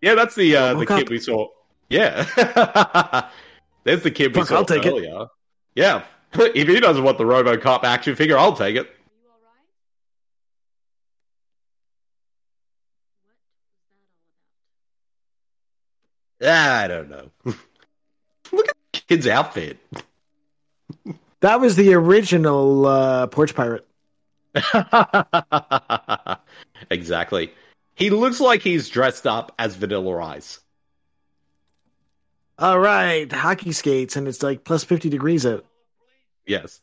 S7: Yeah, that's the uh, the
S6: look
S7: kid
S6: up.
S7: we saw. Yeah, there's the kid we
S6: Fuck,
S7: saw
S6: I'll take it.
S7: earlier. Yeah, if he doesn't want the RoboCop action figure, I'll take it. I don't know. Look at the kid's outfit.
S6: that was the original uh, porch pirate.
S7: exactly. He looks like he's dressed up as Vanilla Ice.
S6: All right, hockey skates, and it's like plus fifty degrees out.
S7: Yes.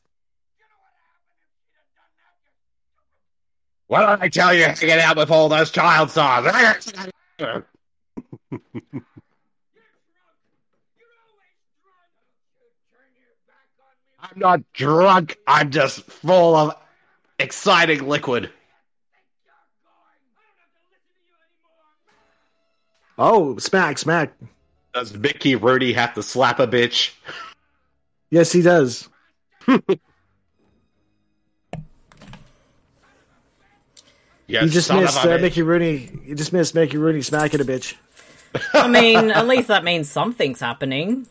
S7: Why don't I tell you to get out with all those child stars? I'm not drunk. I'm just full of exciting liquid.
S6: Oh, smack, smack.
S7: Does Mickey Rooney have to slap a bitch?
S6: Yes, he does.
S7: Yes,
S6: You just
S7: son of
S6: missed
S7: a
S6: uh,
S7: bitch.
S6: Mickey Rooney. You just missed Mickey Rooney smacking a bitch.
S5: I mean, at least that means something's happening.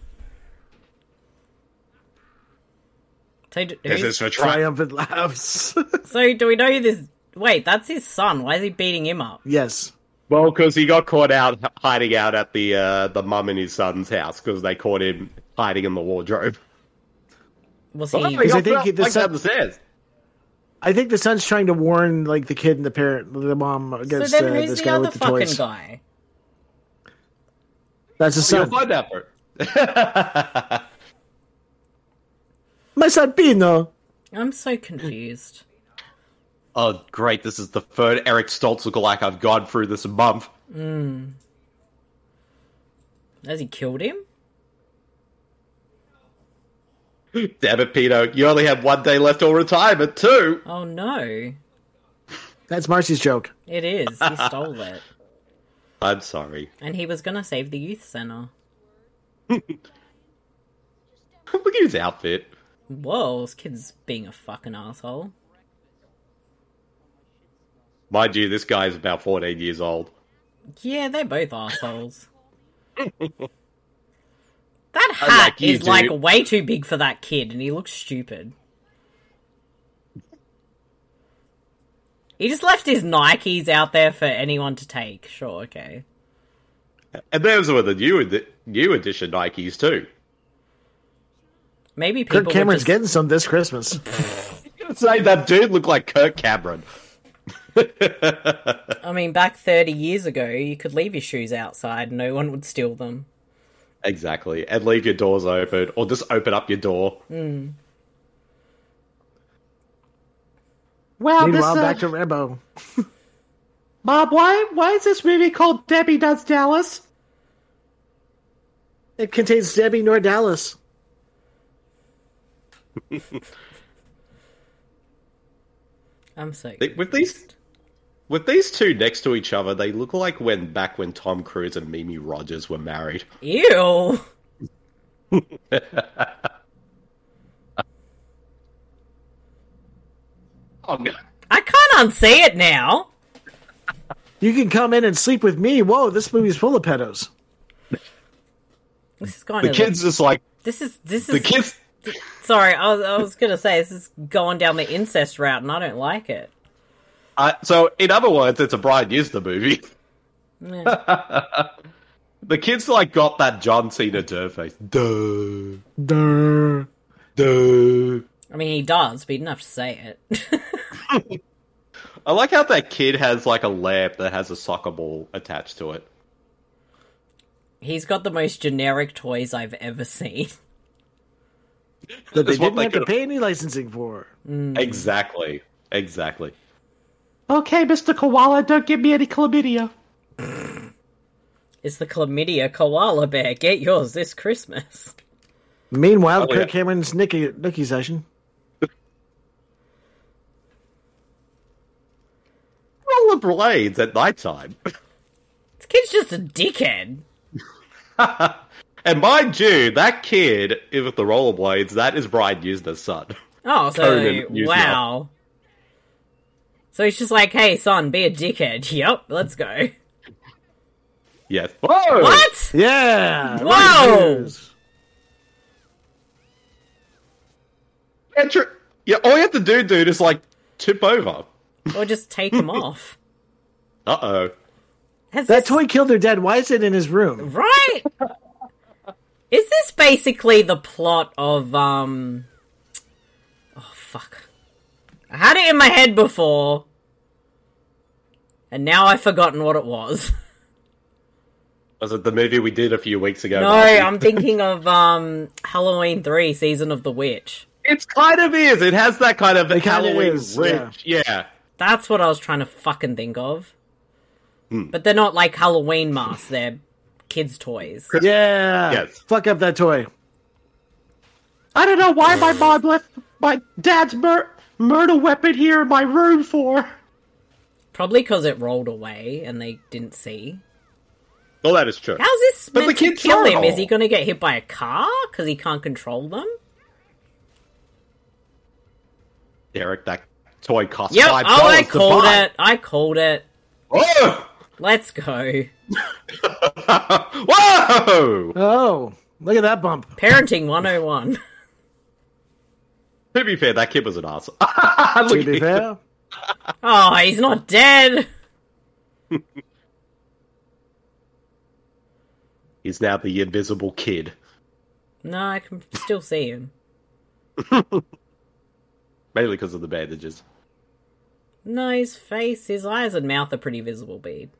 S5: So do,
S7: This is for triumph.
S6: Triumphant laughs.
S5: so do we know this? Wait, that's his son. Why is he beating him up?
S6: yes.
S7: Well, because he got caught out hiding out at the uh, the mum and his son's house because they caught him hiding in the wardrobe.
S5: Was
S7: Well,
S5: he?
S7: he
S6: I
S7: got
S6: think
S7: up
S6: he- the
S7: like
S6: son-
S7: down the stairs.
S6: I think the son's trying to warn like the kid and the parent, the mom
S5: So
S6: against
S5: then,
S6: uh,
S5: who's
S6: this
S5: the
S6: guy
S5: other
S6: with the
S5: fucking
S6: toys.
S5: guy?
S6: That's his
S7: You'll
S6: son.
S7: find out, bro.
S6: My son Pino.
S5: I'm so confused.
S7: oh, great. This is the third Eric Stoltz lookalike I've gone through this month.
S5: Has he killed him?
S7: Damn it, Pino. You only have one day left till retirement, too.
S5: Oh no.
S6: That's Marcy's joke.
S5: It is. He stole it.
S7: I'm sorry.
S5: And he was gonna save the youth center.
S7: Look at his outfit.
S5: Whoa, this kid's being a fucking asshole.
S7: Mind you, this guy is about 14 years old.
S5: Yeah, they're both assholes. that
S7: I
S5: hat
S7: like you,
S5: is like
S7: dude.
S5: way too big for that kid, and he looks stupid. He just left his Nikes out there for anyone to take. Sure, okay.
S7: And those were the new, edi- new edition Nikes, too.
S5: Maybe people
S6: Kirk
S5: would
S6: Cameron's
S5: just-
S6: getting some this Christmas.
S7: Say that dude looked like Kirk Cameron.
S5: I mean, back thirty years ago, you could leave your shoes outside; no one would steal them.
S7: Exactly. And leave your doors open, or just open up your door.
S2: Wow, this
S6: Meanwhile,
S2: uh,
S6: back to Rambo.
S2: Bob, why why is this movie called Debbie Does Dallas?
S6: It contains Debbie Nor Dallas.
S5: I'm so
S7: They- with these with these two next to each other, they look like when back when Tom Cruise and Mimi Rogers were married.
S5: ew.
S7: Oh, no.
S5: I can't unsee it now.
S6: You can come in and sleep with me. Whoa, this movie's full of pedos.
S5: This is kind
S7: The
S5: of
S7: kids just like
S5: This is this is
S7: the kids.
S5: Sorry, I was, I was gonna say this is going down the incest route, and I don't like it.
S7: Uh, so, in other words, it's a Brian Usner movie.
S5: Yeah.
S7: The kids like got that John Cena dirt face. Duh,
S6: Durr.
S7: duh.
S5: I mean, he does, but he didn't have to say it.
S7: I like how that kid has like a lamp that has a soccer ball attached to it.
S5: He's got the most generic toys I've ever seen.
S6: That they
S7: That's what
S6: didn't
S7: they
S6: have to
S7: could've-
S6: pay any licensing for.
S7: Exactly, exactly.
S2: Okay, Mr. Koala, don't give me any chlamydia.
S5: It's the chlamydia koala bear. Get yours this Christmas.
S6: Meanwhile,
S7: Oh,
S6: Kirk
S7: yeah.
S6: Cameron's Nicky Nicky session.
S7: Roller blades at nighttime.
S5: This kid's just a dickhead.
S7: And mind you, that kid with the rollerblades, that is Brian Usner's son.
S5: Oh, so
S7: Conan used
S5: wow. So he's just like, "Hey, son, be a dickhead." Yep, let's go.
S7: Yes. Whoa!
S5: What?
S6: Yeah.
S5: Whoa!
S7: Yeah, tr- yeah, all you have to do, dude, is like tip over.
S5: Or just take him off?
S7: Uh oh.
S5: Has
S6: That
S5: this-
S6: toy killed their dad. Why is it in his room?
S5: Right? Is this basically the plot of um Oh fuck. I had it in my head before. And now I've forgotten what it was.
S7: Was it the movie we did a few weeks ago?
S5: No,
S7: Marcy?
S5: I'm thinking of um Halloween 3 Season of the Witch.
S7: It's kind of is. It has that kind of
S6: kind of
S7: Halloween
S6: is,
S7: rich. Yeah.
S5: That's what I was trying to fucking think of. But they're not like Halloween masks, they're kids toys.
S6: Yeah.
S7: Yes.
S6: Fuck up that toy.
S2: I don't know why my mom left my dad's mur- murder weapon here in my room for.
S5: Probably cuz it rolled away and they didn't see.
S7: Well, that is true.
S5: How's this
S7: But
S5: meant
S7: the
S5: to
S7: kids
S5: kill
S7: saw it
S5: him? Is
S7: all.
S5: he going to get hit by a car because he can't control them?
S7: Derek, that toy cost
S5: Yep.
S7: five
S5: Oh, I
S7: dollars to
S5: called
S7: buy.
S5: it. I called it.
S7: Whoa!
S5: Let's go.
S7: Whoa!
S6: Oh, look at that bump.
S5: Parenting 101.
S7: to be fair, that kid was an ass. Look
S6: To be
S7: at-
S6: fair.
S5: oh, he's not dead.
S7: He's now the invisible kid.
S5: No, I can still see him.
S7: Mainly because of the bandages.
S5: No, his face, his eyes, and mouth are pretty visible, Bede.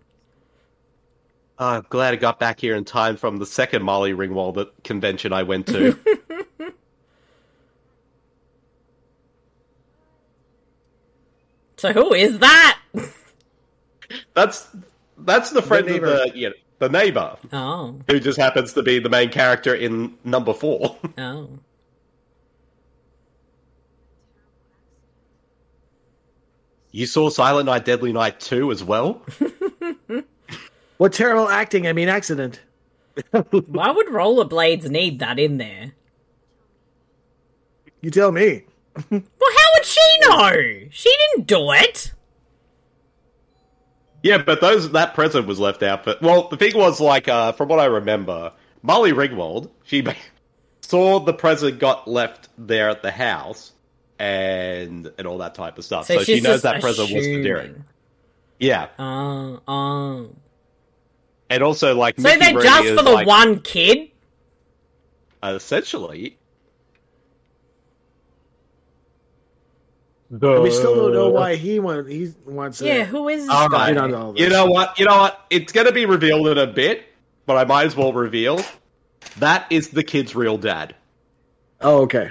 S7: I'm glad I got back here in time from the second Molly Ringwald convention I went to.
S5: So who is that?
S7: that's that's the friend of
S6: neighbor.
S7: the you know, the neighbor
S5: Oh,
S7: who just happens to be the main character in number four.
S5: oh.
S7: You saw Silent Night, Deadly Night two as well.
S6: What terrible acting! I mean, accident.
S5: Why would rollerblades need that in there?
S6: You tell me.
S5: Well, how would she know? She didn't do it.
S7: Yeah, but those that present was left out. But well, the thing was like, uh, from what I remember, Molly Ringwald she saw the present got left there at the house and and all that type of stuff. So, she
S5: she's
S7: knows
S5: just
S7: that present was for Derek.
S5: assuming.
S7: Yeah,
S5: Oh, oh.
S7: and also like
S5: So
S7: Mickey
S5: they're
S7: Rooney
S5: just
S7: is,
S5: for the
S7: like,
S5: one kid?
S7: essentially.
S6: And we still don't know why he want, he wants. it.
S5: Yeah, who is this
S7: All
S5: guy?
S7: right.
S6: Oh, don't know this.
S7: You know what? You know what? It's going to be revealed in a bit, but I might as well reveal that is the kid's real dad.
S6: Oh, okay.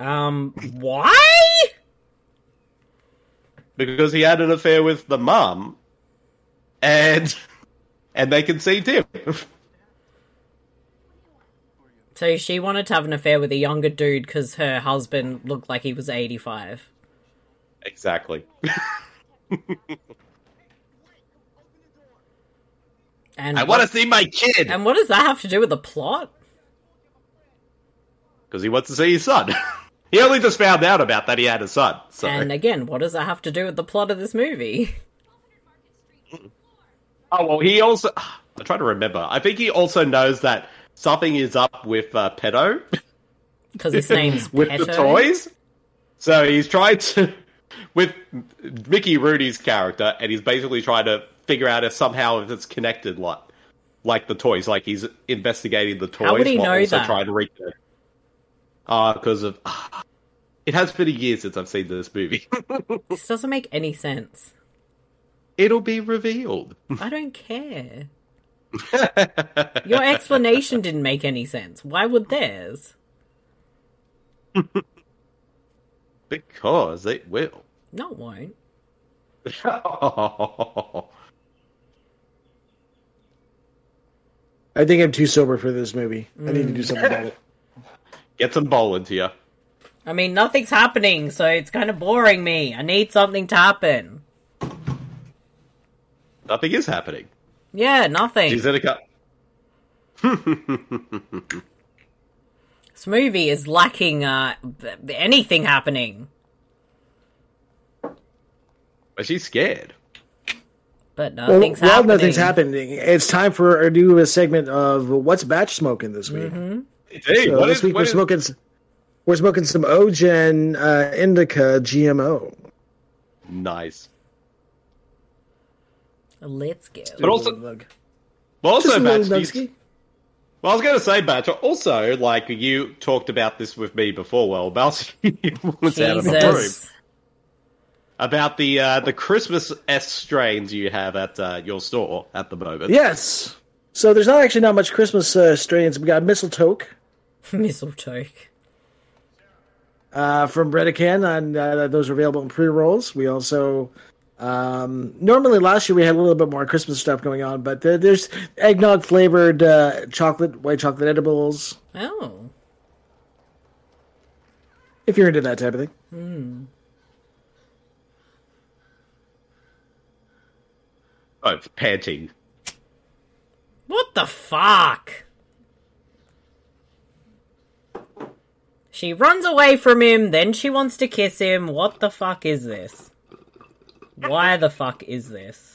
S5: Um, why?
S7: because he had an affair with the mum, and and they conceived him.
S5: So she wanted to have an affair with a younger dude because her husband looked like he was 85.
S7: exactly.
S5: And
S7: I want to see my kid
S5: And what does that have to do with the plot?
S7: because he wants to see his son. he only just found out about that he had a son. So
S5: And again, what does that have to do with the plot of this movie?
S7: oh well, he also. I'm trying to remember. I think he also knows that something is up with uh, pedo
S5: Because his name's
S7: with the
S5: Peto.
S7: toys. So he's trying to with Mickey Rooney's character, and he's basically trying to figure out if somehow if it's connected, like like the toys, like he's investigating the toys
S5: How would he
S7: while
S5: know
S7: also
S5: that?
S7: trying to reach it. Ah, because of it has been a year since I've seen this movie.
S5: This doesn't make any sense.
S7: It'll be revealed.
S5: I don't care. Your explanation didn't make any sense. Why would theirs?
S7: Because it will.
S5: No, it won't.
S6: I think I'm too sober for this movie. I need to do something about it.
S7: Get some bowling to you.
S5: I mean, nothing's happening, so it's kind of boring me. I need something to happen.
S7: Nothing is happening.
S5: Yeah, nothing.
S7: She's in a cup.
S5: This movie is lacking uh, b- b- anything happening.
S7: But she's scared.
S5: But
S6: Well,
S5: nothing's
S6: well,
S5: happening.
S6: nothing's happening. It's time for a new segment of what's batch smoking this week.
S5: Mm-hmm.
S7: Indeed.
S6: So
S7: what
S6: this
S7: is-
S6: week
S7: what
S6: we're
S7: is-
S6: smoking. s- We're smoking some OGen uh, Indica GMO.
S7: Nice.
S5: Let's go.
S7: But also,
S6: Look.
S7: but also
S6: Just a little
S7: Batch, do you-
S6: nugget.
S7: well, I was going to say, Batch, also, like, you talked about this with me before, well, Mouse was out of the room.
S5: Jesus.
S7: About the uh, the Christmas S strains you have at uh, your store at the moment.
S6: Yes. So there's not actually not much Christmas uh, strains. We got mistletoe
S5: Mistletoe.
S6: uh, from Bredican, and uh, those are available in pre rolls. We also um, normally last year we had a little bit more Christmas stuff going on, but there, there's eggnog flavored uh, chocolate, white chocolate edibles.
S5: Oh.
S6: If you're into that type of thing,
S7: Oh, panting.
S5: What the fuck? She runs away from him, then she wants to kiss him. What the fuck is this? Why the fuck is this?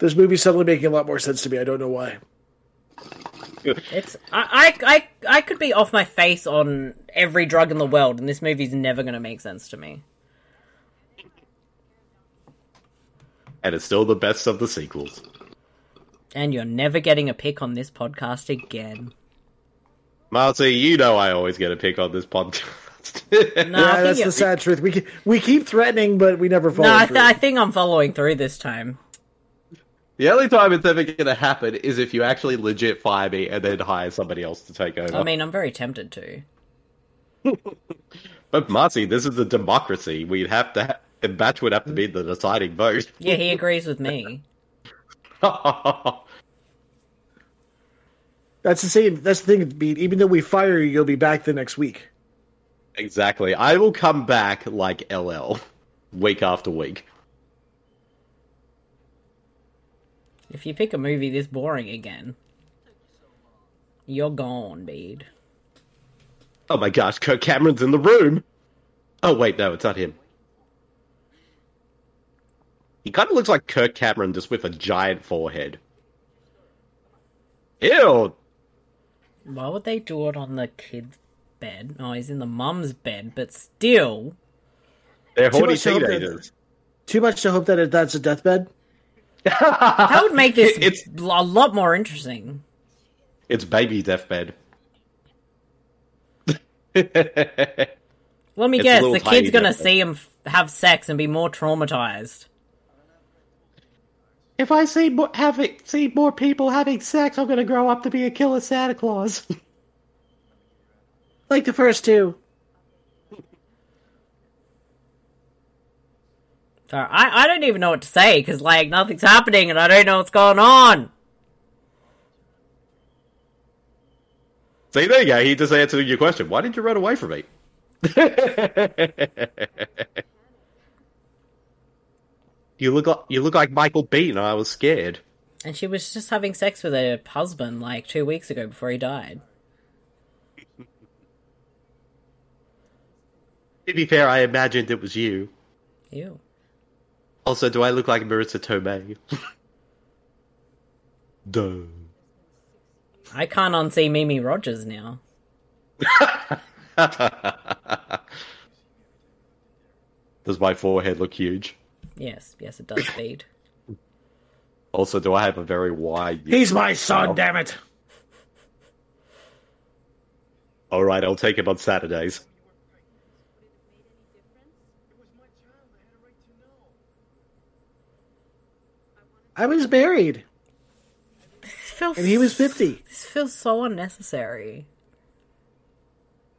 S6: this movie's suddenly making a lot more sense to me. I don't know why.
S5: It's I I I, I could be off my face on every drug in the world, and this movie's never gonna make sense to me.
S7: And it's still the best of the sequels.
S5: And you're never getting a pick on this podcast again.
S7: Marcy, you know I always get a pick on this podcast.
S5: No, I
S6: Yeah,
S5: think
S6: that's
S5: you're-
S6: the sad truth. We ke- we keep threatening, but we never follow
S5: no, I,
S6: through.
S5: th- I think I'm following through this time.
S7: The only time it's ever going to happen is if you actually legit fire me and then hire somebody else to take over.
S5: I mean, I'm very tempted to.
S7: but Marcy, this is a democracy. We'd have to. Ha- and Batch would have to be the deciding vote.
S5: Yeah, he agrees with me.
S6: That's the same. That's the thing. Beat. Even though we fire you, you'll be back the next week.
S7: exactly. I will come back like LL, week after week.
S5: If you pick a movie this boring again, you're gone, Bede.
S7: Oh my gosh, Kirk Cameron's in the room. Oh wait, no, it's not him. He kind of looks like Kirk Cameron just with a giant forehead. Ew.
S5: Why would they do it on the kid's bed? Oh, he's in the mum's bed, but still.
S7: They're
S6: Too
S7: horny
S6: much hope that-
S7: teenagers.
S6: Too much to hope that it, that's a deathbed.
S5: That would make this
S7: It- it's-
S5: a lot more interesting.
S7: It's baby deathbed.
S5: Let me
S7: It's a
S5: guess,
S7: little
S5: the
S7: tiny
S5: kid's gonna
S7: different.
S5: see him f- have sex and be more traumatized.
S2: If I see more, having, see more people having sex, I'm going to grow up to be a killer Santa Claus.
S6: Like the first two.
S5: So Uh, I, I don't even know what to say because like nothing's happening and I don't know what's going on.
S7: See, there you go. He just answered your question. Why did you run away from me? you look like you look like Michael Bean. I was scared.
S5: And she was just having sex with her husband like two weeks ago before he died.
S7: To be fair, I imagined it was you.
S5: Ew.
S7: Also, do I look like Marissa Tomei? Duh.
S5: I can't unsee Mimi Rogers now.
S7: Does my forehead look huge?
S5: Yes, yes, it does feed.
S7: Also, do I have a very wide?
S6: He's my son. Damn it.
S7: All right, I'll take him on Saturdays.
S6: I was married,
S5: This feels
S6: and he was fifty.
S5: This feels so unnecessary.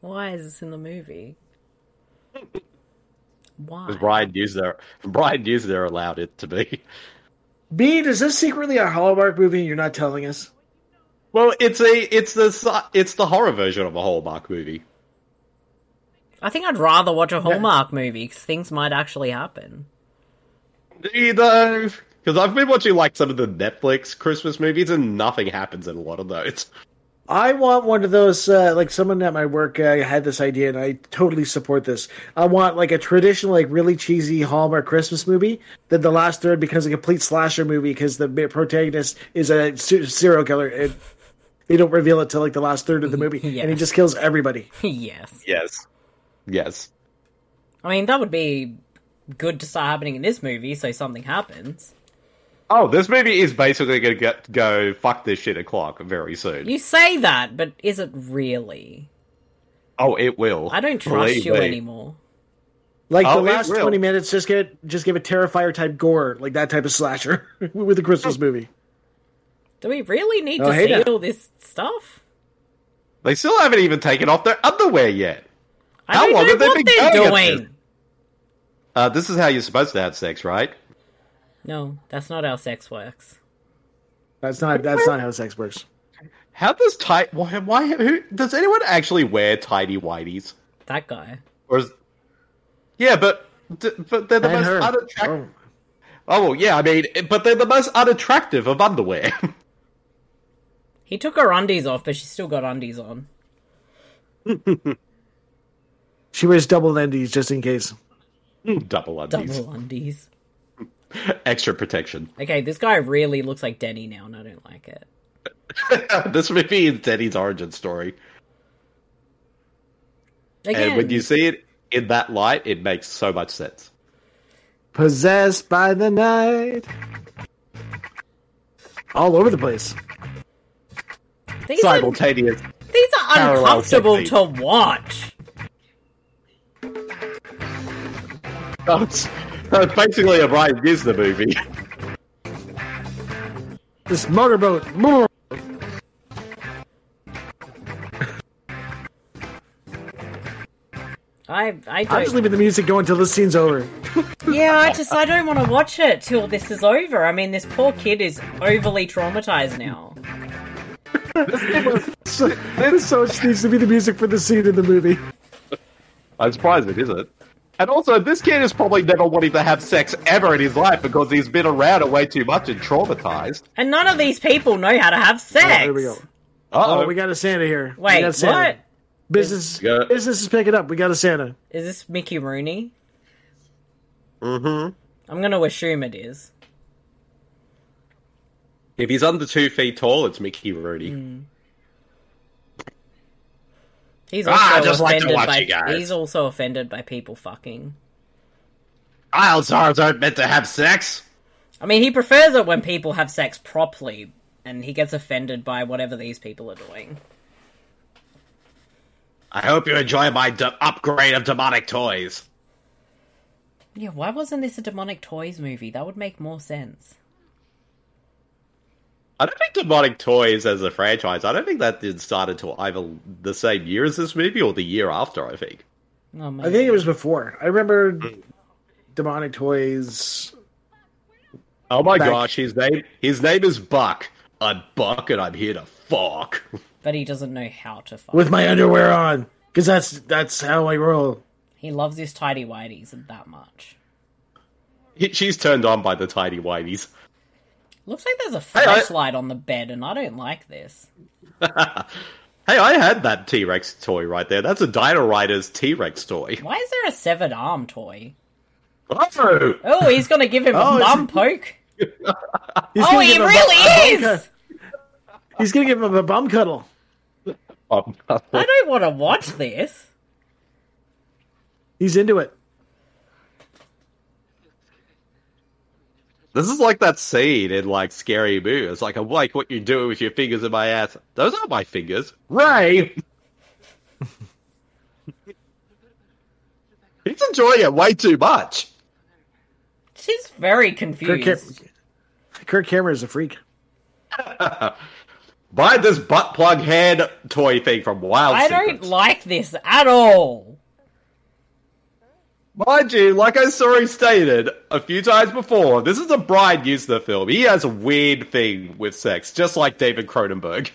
S5: Why is this in the movie? Why?
S7: Brian Newsner, Brian Newsner allowed it to be.
S6: Bean, is this secretly a Hallmark movie? and You're not telling us.
S7: Well, it's a it's the si- it's the horror version of a Hallmark movie.
S5: I think I'd rather watch a Hallmark movie because things might actually happen.
S7: You know, because I've been watching like some of the Netflix Christmas movies, and nothing happens in a lot of those.
S6: I want one of those. Uh, like someone at my work uh, had this idea, and I totally support this. I want like a traditional, like really cheesy Hallmark Christmas movie. Then the last third becomes a complete slasher movie because the ma- protagonist is a se- serial killer. And they don't reveal it till like the last third of the movie, and he
S5: Yes.
S6: just kills everybody.
S5: yes.
S7: Yes, yes.
S5: I mean, that would be good to start happening in this movie so something happens.
S7: Oh, this movie is basically going to get go fuck this shit o'clock very soon.
S5: You say that, but is it really?
S7: oh, it will.
S5: I don't trust
S7: Believe
S5: you
S7: me.
S5: anymore.
S6: Like
S7: Oh,
S6: the
S7: it
S6: last
S7: will.
S6: twenty minutes, just get just give a terrifier type gore, like that type of slasher with a Christmas movie.
S5: Do we really need
S6: Oh,
S5: to
S6: hey
S5: see
S6: now.
S5: all this stuff?
S7: They still haven't even taken off their underwear yet.
S5: I
S7: How
S5: don't
S7: long
S5: know
S7: have they
S5: what
S7: been
S5: they're
S7: going at
S5: doing.
S7: this? Uh, this is how you're supposed to have sex, right?
S5: No, that's not how sex works.
S6: That's not that's not how sex works.
S7: How does tight? Why? Why? Who does anyone actually wear tidy whities?
S5: That guy.
S7: Or is, yeah, but d- but they're the
S6: And
S7: most
S6: her.
S7: unattractive.
S6: Oh.
S7: Oh. well, yeah, I mean, but they're the most unattractive of underwear.
S5: He took her undies off, but she still got undies on.
S6: She wears double undies just in case.
S7: Double undies,
S5: Double undies.
S7: extra protection.
S5: Okay, this guy really looks like Denny now, and I don't like it.
S7: this movie is Denny's origin story,
S5: Again,
S7: and when you see it in that light, it makes so much sense.
S6: Possessed by the night. All over the place.
S5: these, are,
S7: Simultaneous.
S5: these are
S7: parallel
S5: uncomfortable to
S7: technique.
S5: watch.
S7: That's, that's basically a Brian Gisner movie.
S6: This motorboat.
S5: I I
S6: I'm just
S5: don't.
S6: leaving the music going until this scene's over.
S5: Yeah, I just I don't want to watch it till this is over. I mean, this poor kid is overly traumatized now.
S6: So, this so much needs to be the music for the scene in the movie.
S7: I'm surprised it isn't. And also, this kid is probably never wanting to have sex ever in his life because he's been around it way too much and traumatized.
S5: And none of these people know how to have sex.
S6: There we go.
S7: Uh-oh.
S6: Oh, we got a Santa here. We
S5: Wait,
S6: got a
S5: what?
S6: Santa. Business,
S7: Yeah.
S6: business is picking up. We got a Santa.
S5: Is this Mickey Rooney? Mm-hmm. I'm gonna assume it is.
S7: If he's under two feet tall, it's Mickey Rooney.
S5: He's also
S7: Ah, I just like to
S5: offended
S7: watch
S5: by
S7: you guys.
S5: he's also offended by people fucking.
S7: Isles are aren't meant to have sex.
S5: I mean, he prefers it when people have sex properly, and he gets offended by whatever these people are doing.
S7: I hope you enjoy my de- upgrade of demonic toys.
S5: Yeah, why wasn't this a demonic toys movie? That would make more sense.
S7: I don't think demonic toys as a franchise. I don't think that did start until either the same year as this movie or the year after. I think.
S5: Oh, man.
S6: I think it was before. I remember demonic toys.
S7: Oh my
S6: Back-
S7: gosh, his name his name is Buck. I'm Buck, and I'm here to fuck.
S5: but he doesn't know how to fuck.
S6: with my underwear on because that's that's how I roll.
S5: He loves his tidy whities that much.
S7: He- She's turned on by the tidy whiteys.
S5: Looks like there's a
S7: I-
S5: flashlight on the bed, and I don't like this.
S7: Hey, I had that T Rex toy right there. That's a Dino Riders T Rex toy.
S5: Why is there a severed arm toy?
S7: Oh,
S5: Oh, he's gonna give him
S6: Oh,
S5: a
S6: is
S5: bum poke.
S6: He's
S5: Oh,
S6: gonna
S5: he
S6: give him a bu-
S5: really
S6: a bum
S5: is.
S6: cud- He's gonna give him a bum cuddle.
S7: Um,
S5: I don't want to watch this.
S6: He's into it.
S7: this is like that scene in like Scary Movie. It's like I like what you're doing with your fingers in my ass. Those aren't my fingers, Ray. He's enjoying it way too much.
S5: She's very
S6: Kirk, Cam-
S5: confused.
S6: Kirk Cameron is a freak.
S7: Buy this butt plug head toy thing from Wild
S5: I
S7: Secrets.
S5: don't like this at all.
S7: Mind you, like I sorry stated a few times before, this is a Brian used in the film. He has a weird thing with sex, just like David Cronenberg.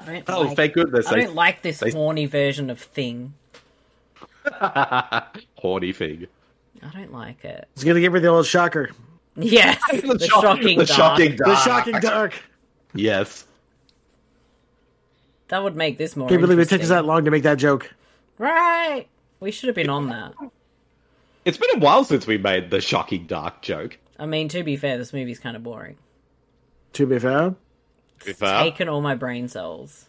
S5: I don't
S7: Oh,
S5: like,
S7: thank goodness.
S5: I
S7: they-
S5: don't like this
S7: they-
S5: horny version of thing.
S7: Horny thing.
S5: I don't like it.
S6: He's gonna give her the old shocker,
S5: Yes, the,
S7: shock-
S5: shocking,
S7: the
S5: dark.
S7: shocking
S6: the
S7: dark.
S6: shocking dark.
S7: Yes.
S5: That would make this more.
S6: Can't believe it took us
S5: interesting.
S6: that long to make that joke.
S5: Right, we should have been on that.
S7: It's been a while since we made the shocking dark joke.
S5: I mean, to be fair, this movie's kind of boring.
S6: To be fair,
S7: If,
S5: It's
S7: uh,
S5: taken all my brain cells.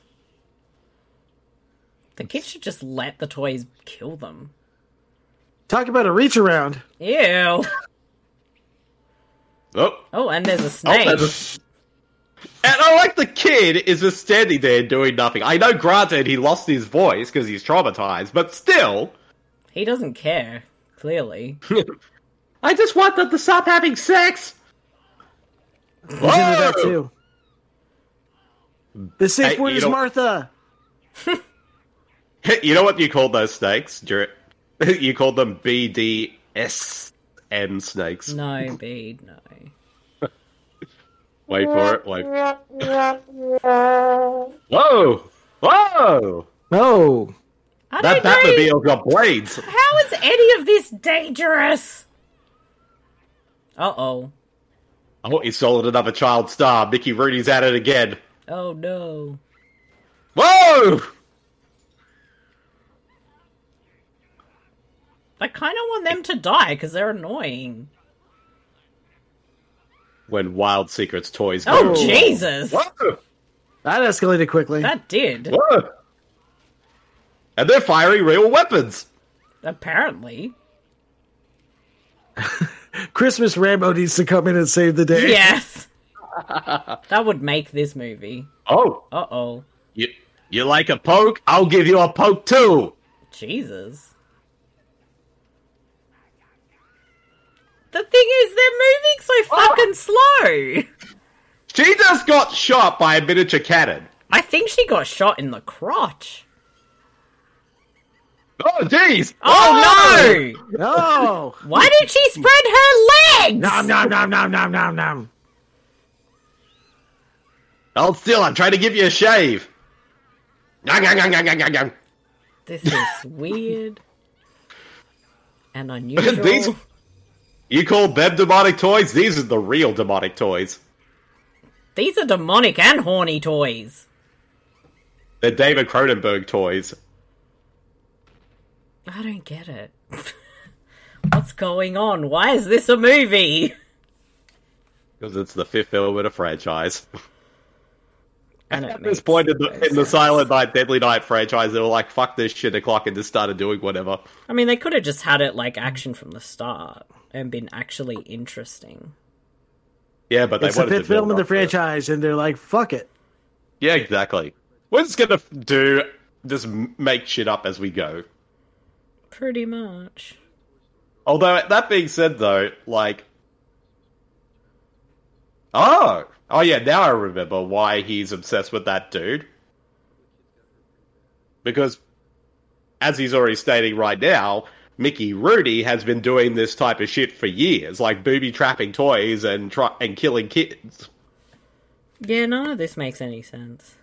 S5: The kids should just let the toys kill them.
S6: talk about a reach around.
S5: Ew.
S7: oh,
S5: Oh, and there's a
S7: oh,
S5: snake.
S7: that's a- and I like the kid is just standing there doing nothing. I know, granted, he lost his voice because he's traumatized, but still,
S5: He doesn't care, clearly.
S2: I just want them to stop having sex.
S6: He's into that
S7: Whoa!
S6: too. The safe
S7: Hey,
S6: word
S7: you
S6: is
S7: don't-
S6: Martha.
S7: You know what you called those snakes? Dur- You called them BDSM snakes.
S5: No, Bede, no.
S7: Wait for it. Wait. Whoa! Whoa!
S6: No,
S5: I
S7: That
S5: don't know.
S7: Batmobile got blades.
S5: How is any of this dangerous? Uh oh.
S7: Oh, he sold another child star. Mickey Rooney's at it again.
S5: Oh no.
S7: Whoa!
S5: I kind of want them to die because they're annoying.
S7: When Wild Secrets toys
S5: Oh,
S7: go.
S5: Jesus!
S7: Whoa!
S6: that escalated quickly.
S5: That did.
S7: Whoa! And they're firing real weapons.
S5: Apparently.
S6: Christmas Rambo needs to come in and save the day.
S5: Yes! that would make this movie.
S7: Oh,
S5: Uh oh.
S7: you, you like a poke? I'll give you a poke too.
S5: Jesus. The thing is, they're moving so fucking slow.
S7: She just got shot by a miniature cannon.
S5: I think she got shot in the crotch.
S7: Oh, jeez.
S5: Oh, no!
S6: No.
S5: Why did she spread her legs?
S6: nom nom nom nom nom nom nom.
S7: Hold still, I'm trying to give you a shave. Nyang, nyang, nyang, nyang, nyang, nyang.
S5: This is weird and unusual.
S7: These- You call them demonic toys? These are the real demonic toys.
S5: These are demonic and horny toys.
S7: They're David Cronenberg toys.
S5: I don't get it. What's going on? Why is this a movie?
S7: Because it's the fifth film in a franchise.
S5: And it
S7: At
S5: makes
S7: this point in the,
S5: no
S7: in the
S5: sense.
S7: Silent Night, Deadly Night franchise, they were like, fuck this shit o'clock and just started doing whatever.
S5: I mean, they could have just had it like action from the start and been actually interesting.
S7: Yeah, but they
S6: It's the
S7: wanted to
S6: fifth film in
S7: build
S6: the
S7: up to it.
S6: franchise, and they're like, "Fuck it."
S7: Yeah, exactly. We're just gonna f- do just m- make shit up as we go.
S5: Pretty much.
S7: Although that being said, though, like, oh, oh yeah, now I remember why he's obsessed with that dude. Because, as he's already stating right now, Mickey Rooney has been doing this type of shit for years, like booby trapping toys and try- and killing kids.
S5: Yeah, none of this makes any sense.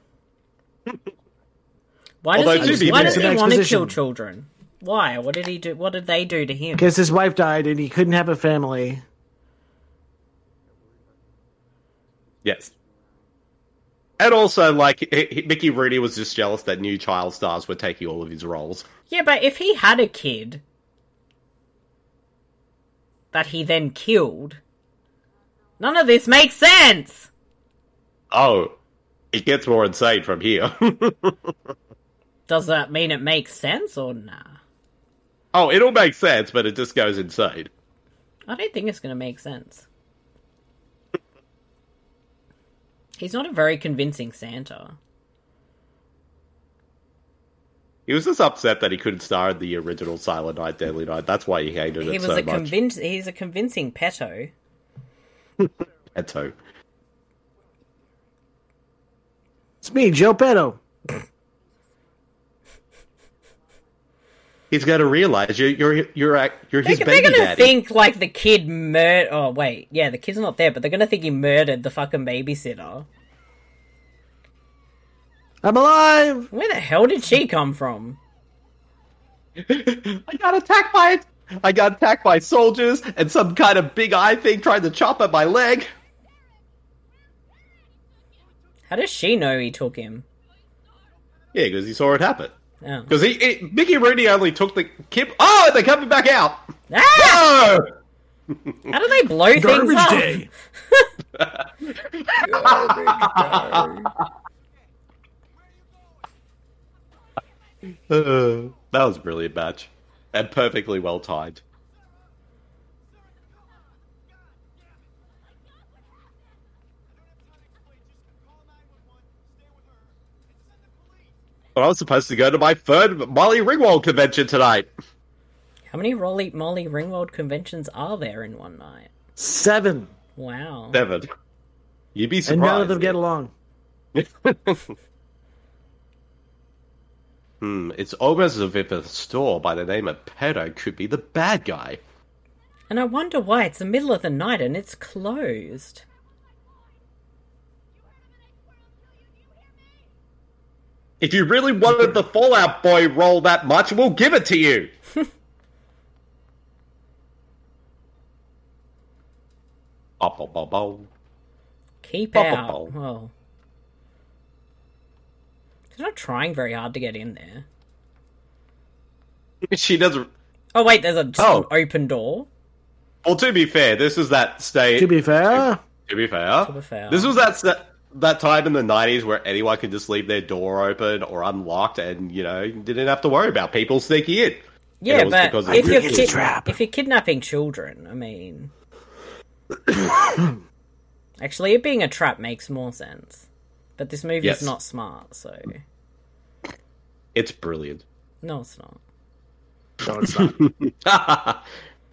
S5: Why
S7: Although
S5: does
S7: to
S5: he,
S7: be
S5: why
S7: fair-
S5: does
S6: It's
S5: he
S6: an
S5: want to kill
S6: exposition.
S5: children? Why? What did he do? What did they do to him?
S6: Because his wife died, and he couldn't have a family.
S7: Yes. And also, like, he- he- Mickey Rooney was just jealous that new child stars were taking all of his roles.
S5: Yeah, but if he had a kid that he then killed, none of this makes sense.
S7: Oh, it gets more insane from here.
S5: Does that mean it makes sense or nah?
S7: oh, it all makes sense, but it just goes insane.
S5: I don't think it's going to make sense. He's not a very convincing Santa.
S7: He was just upset that he couldn't star in the original Silent Night, Deadly Night. That's why he hated
S5: He
S7: it
S5: was
S7: so
S5: a
S7: much.
S5: convinc- he's a convincing peto.
S7: And so-
S6: It's me, Joe Petto.
S7: He's going to realize you're you're you're ac- you're
S5: They,
S7: his
S5: they're
S7: baby
S5: going to
S7: daddy.
S5: think like the kid murdered. Oh wait, yeah, the kid's not there, but they're going to think he murdered the fucking babysitter.
S6: I'm alive.
S5: Where the hell did she come from?
S7: I got attacked by I got attacked by soldiers and some kind of big eye thing tried to chop at my leg.
S5: How does she know he took him?
S7: Yeah, because he saw it happen.
S5: Oh.
S7: Because he, he Mickey Rooney only took the Kim. Oh, they're coming back out.
S5: Ah!
S7: Oh,
S5: How do they blow things
S6: Garbage
S5: up?
S6: day.
S7: Uh, that was a brilliant match and perfectly well timed. Well, I was supposed to go to my third Molly Ringwald convention tonight.
S5: How many Rolly Molly Ringwald conventions are there in one night?
S6: Seven,
S5: Wow.
S7: Devin, you'd be surprised.
S6: and none of them get along.
S7: Hmm, it's almost as if a store by the name of Pedo could be the bad guy.
S5: And I wonder why it's the middle of the night and it's closed.
S7: If you really wanted the Fallout Boy role that much, we'll give it to you. Bop, bop, bop, bop.
S5: Keep
S7: Bop, bop,
S5: out.
S7: bop.
S5: Oh. They're not trying very hard to get in there.
S7: She doesn't.
S5: Oh wait, there's a, just
S7: Oh.
S5: an open door.
S7: Well, to be fair, this is that state.
S6: To be fair,
S7: to be fair,
S5: To be fair.
S7: this was that sta- that time in the '90s where anyone could just leave their door open or unlocked, and you know you didn't have to worry about people sneaking in. it
S5: Yeah,
S7: was
S5: but
S7: because of
S5: if
S7: the
S5: you're
S7: kid's
S5: kid-
S6: trap.
S5: if you're kidnapping children, I mean, actually, it being a trap makes more sense. But this movie's
S7: Yes.
S5: not smart, so
S7: It's brilliant.
S5: no, it's not.
S6: no, it's not.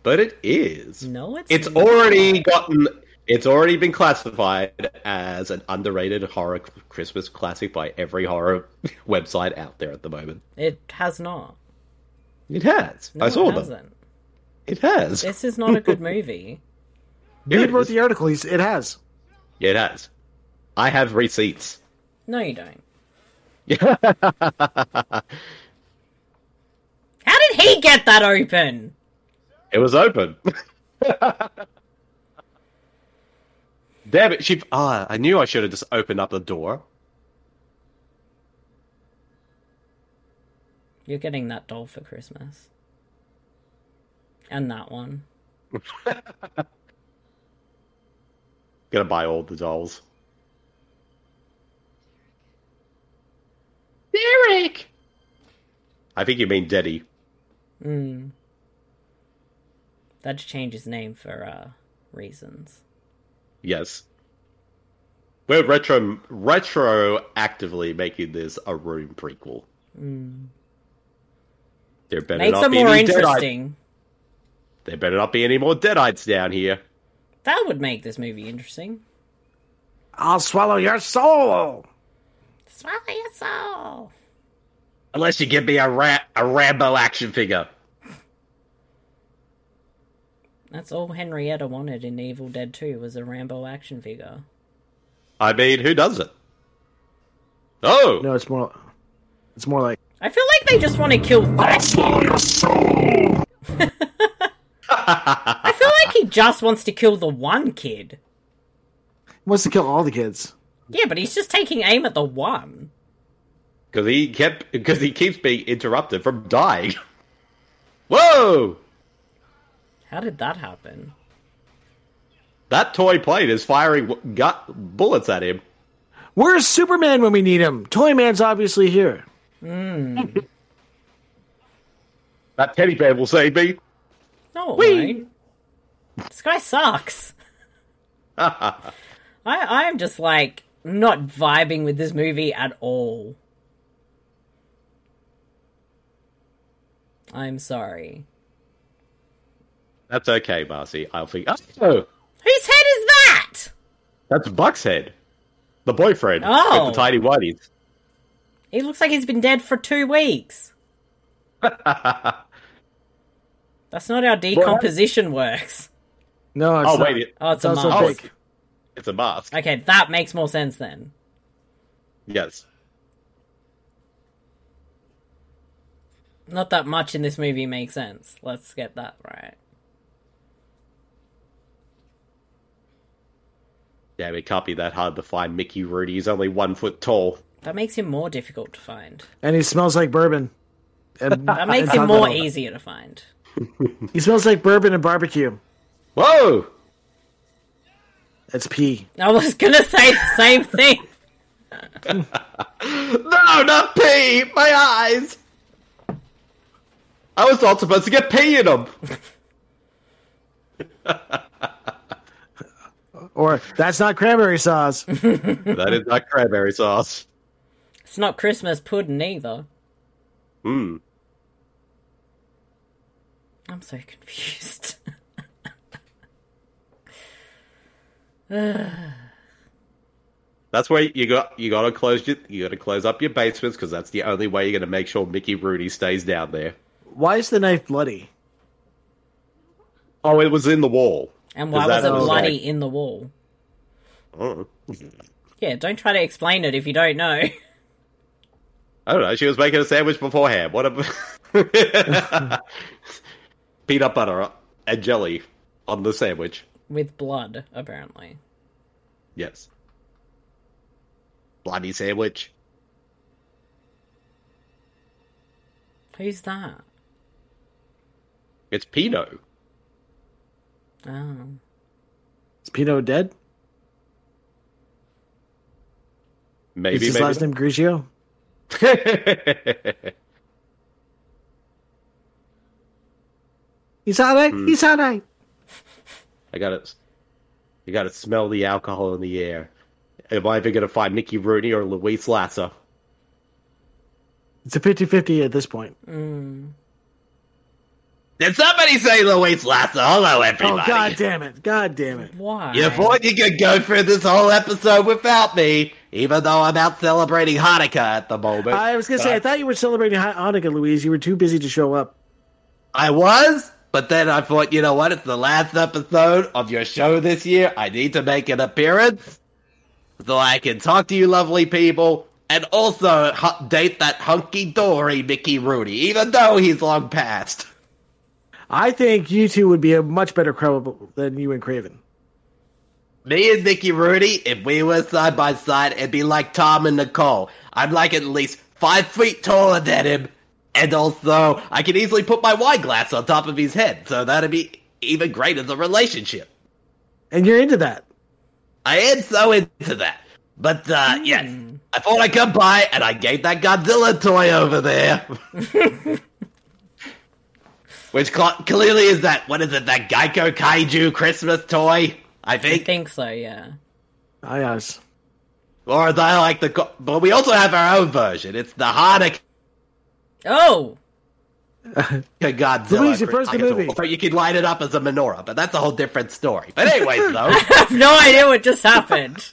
S7: but it is.
S5: No, it's
S7: It's
S5: not.
S7: already gotten. It's already been classified as an underrated horror Christmas classic by every horror website out there at the moment.
S5: It has not.
S7: It has.
S5: No,
S7: I saw
S5: it
S7: them.
S5: hasn't.
S7: It has.
S5: This is not a good movie.
S7: Here
S6: Dude
S7: it
S6: wrote
S7: is.
S6: the article. He's, it has.
S7: Yeah, it has. I have receipts.
S5: No, you don't.
S7: it
S5: How did he get that open?
S7: was open. Damn it! She. Ah, I knew I should have just opened up the door.
S5: You're getting that doll for Christmas. And that one.
S7: Gonna buy all the dolls. Derek. I think you mean Deddy.
S5: Mm. That changed his name for uh, reasons.
S7: Yes. We're retro retroactively making this a room prequel. There better
S5: Hmm. Make
S7: not
S5: them
S7: be
S5: more
S7: any Deadites.
S5: interesting.
S7: There better not be any more deadites down here.
S5: That would make this movie interesting.
S6: I'll swallow your soul.
S5: Swallow your soul.
S7: Unless you give me a ra- a Rambo action figure.
S5: That's all Henrietta wanted in Evil Dead 2 was a Rambo action figure.
S7: I mean, who does it? Oh,
S6: No, it's more. It's more like
S5: I feel like they just want to kill Thatcher.
S3: Swallow your soul!
S5: I feel like he just wants to kill the one kid.
S6: he wants to kill all the kids.
S5: Yeah, but he's just taking aim at the one.
S7: because he kept because he keeps being interrupted from dying. Whoa!
S5: How did that happen?
S7: That toy plane is firing w- gut bullets at him.
S6: Where's Superman when we need him? Toy Man's obviously here.
S7: That teddy bear will save me.
S5: No, it won't. This guy sucks. I I am just like not vibing with this movie at all. I'm sorry.
S7: That's okay, Marcy. I'll think. Oh,
S5: Whose head is that?
S7: that's Buck's head, the boyfriend
S5: Oh.
S7: with the tiny whities.
S5: He looks like he's been dead for two weeks. That's not how decomposition works.
S6: No, it's
S7: Oh
S6: not.
S7: wait, it,
S5: Oh, it's
S6: It's
S5: a
S6: also
S5: mask.
S6: fake.
S7: it's a mask.
S5: Okay, that makes more sense then.
S7: Yes.
S5: Not that much in this movie makes sense. Let's get that right.
S7: Damn, it can't be that hard to find Mickey Rooney. He's only one foot tall.
S5: That makes him more difficult to find.
S6: And he smells like bourbon. And
S5: That makes him more easier to find.
S6: He smells like bourbon and barbecue.
S7: Whoa!
S6: That's pee.
S5: I was gonna say the same thing.
S7: No, not pee! My eyes! I was not supposed to get pee in them!
S6: Or that's not cranberry sauce.
S7: that is not cranberry sauce.
S5: It's not Christmas pudding either.
S7: Hmm.
S5: I'm so confused.
S7: That's where you got you gotta close your, you gotta close up your basements because that's the only way you're gonna make sure Mickey Rooney stays down there.
S6: Why is the knife bloody?
S7: Oh, it was in the wall.
S5: And why
S7: Is
S5: was
S7: that
S5: it
S7: okay?
S5: bloody in the wall?
S7: Oh.
S5: Yeah, don't try to explain it if you don't know.
S7: I don't know. She was making a sandwich beforehand. What a peanut butter and jelly on the sandwich.
S5: With blood, apparently.
S7: Yes. Bloody sandwich.
S5: Who's that?
S7: It's Pino.
S5: Oh.
S6: Is Pino dead?
S7: Maybe
S6: is his
S7: maybe
S6: last name Grigio?
S7: not.
S6: He's all right.
S7: Hmm.
S6: He's all right.
S7: I got to You got to smell the alcohol in the air. Am I even going to find Mickey Rooney or Luis Lasser?
S6: It's a 50 50 at this point.
S7: Did somebody say Luis Lassa? Hello,
S6: Oh
S7: everybody.
S6: god damn it! God damn it!
S5: Why?
S7: You thought you could go through this whole episode without me, even though I'm out celebrating Hanukkah at the moment.
S6: I was gonna say I thought you were celebrating Han- Hanukkah, Louise. You were too busy to show up.
S7: I was, but then I thought, you know what? It's the last episode of your show this year. I need to make an appearance so I can talk to you, lovely people, and also hu- date that hunky dory Mickey Rooney, even though he's long past.
S6: I think you two would be a much better couple than you and Craven.
S7: Me and Mickey Rooney, if we were side by side, it'd be like Tom and Nicole. I'm like at least five feet taller than him, and also I could easily put my wine glass on top of his head, so that'd be even greater the relationship.
S6: And you're into that.
S7: I am so into that. But uh yes,
S6: Hmm.
S7: I thought I'd come by and I gave that Godzilla toy over there. Which cl- clearly is that, what is it, that Geico Kaiju Christmas toy? I
S5: I
S7: think.
S5: think so, yeah.
S6: I yes.
S7: Or as I like to call. But we also have our own version. It's the Hanukkah
S5: Oh!
S7: Godzilla.
S6: Luigi, first
S7: Christmas
S6: the movie.
S7: Or you could light it up as a menorah, but that's a whole different story. But anyways, though.
S5: I have no idea what just happened.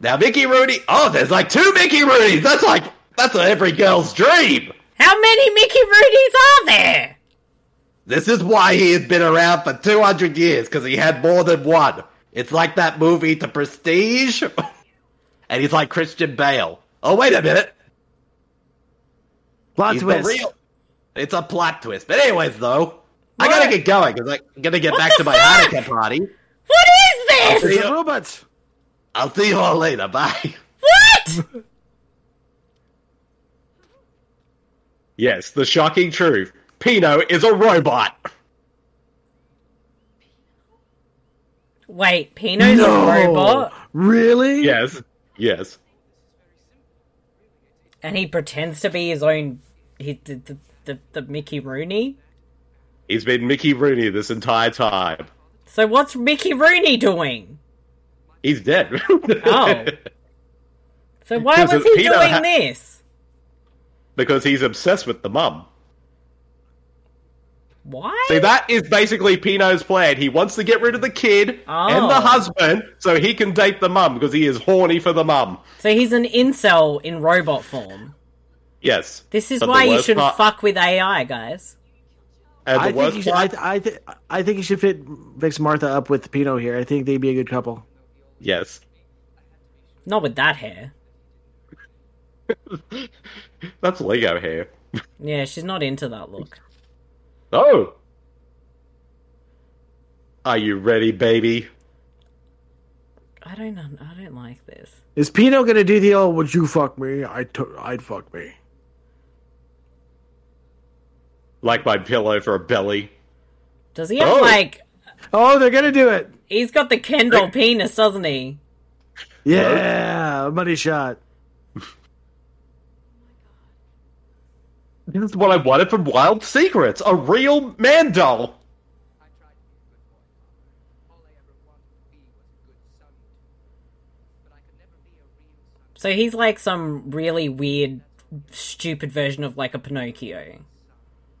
S7: now, Mickey Rooney. Oh, there's like two Mickey Rooneys. That's like. That's every girl's dream.
S5: How many Mickey Rooney's are there?
S7: This is why he has been around for 200 years, because he had more than one. It's like that movie, The Prestige. and he's like Christian Bale. Oh, wait a minute.
S6: Plot
S7: He's the
S6: twist.
S7: real- It's a plot twist. But, anyways, though, I gotta get going, because I'm gonna get back to my
S5: fuck?
S7: Hanukkah party.
S5: What is this?
S6: It's
S7: real-
S6: a robot.
S7: I'll see you all later. Bye.
S5: What?
S7: Yes, the shocking truth Pino is a robot.
S5: Wait, Pino's
S6: No.
S5: a robot?
S6: Really?
S7: Yes. Yes.
S5: And he pretends to be his own. He, the, the, the, the Mickey Rooney?
S7: He's been Mickey Rooney this entire time.
S5: So what's Mickey Rooney doing?
S7: He's dead.
S5: Oh. So why
S7: Because
S5: was
S7: it-
S5: he
S7: Pino
S5: doing
S7: ha-
S5: this?
S7: because he's obsessed with the mum.
S5: Why?
S7: See, that is basically Pino's plan. He wants to get rid of the kid
S5: Oh.
S7: and the husband so he can date the mum because he is horny for the mum.
S5: So he's an incel in robot form.
S7: Yes.
S5: This is
S7: But the
S5: why you
S7: worst
S5: should
S7: part-
S5: fuck with AI, guys.
S7: And the
S6: I think,
S7: worst
S6: you should, I,
S7: part,
S6: th- I, th- I think you should fit Vix Martha up with Pino here. I think they'd be a good couple.
S7: yes.
S5: Not with that hair.
S7: That's Lego here.
S5: Yeah, she's not into that look.
S7: Oh. Are you ready, baby?
S5: I don't know. I don't like this.
S6: Is Pino gonna do the old "Would you fuck me? I'd t- I'd fuck me."
S7: Like my pillow for a belly.
S5: Does he have
S7: Oh.
S5: like?
S6: Oh, they're gonna do it.
S5: He's got the Kendall penis, doesn't he?
S6: Yeah, money shot.
S7: This is what I wanted from Wild Secrets a real man doll.
S5: So he's like some really weird, stupid version of like a Pinocchio.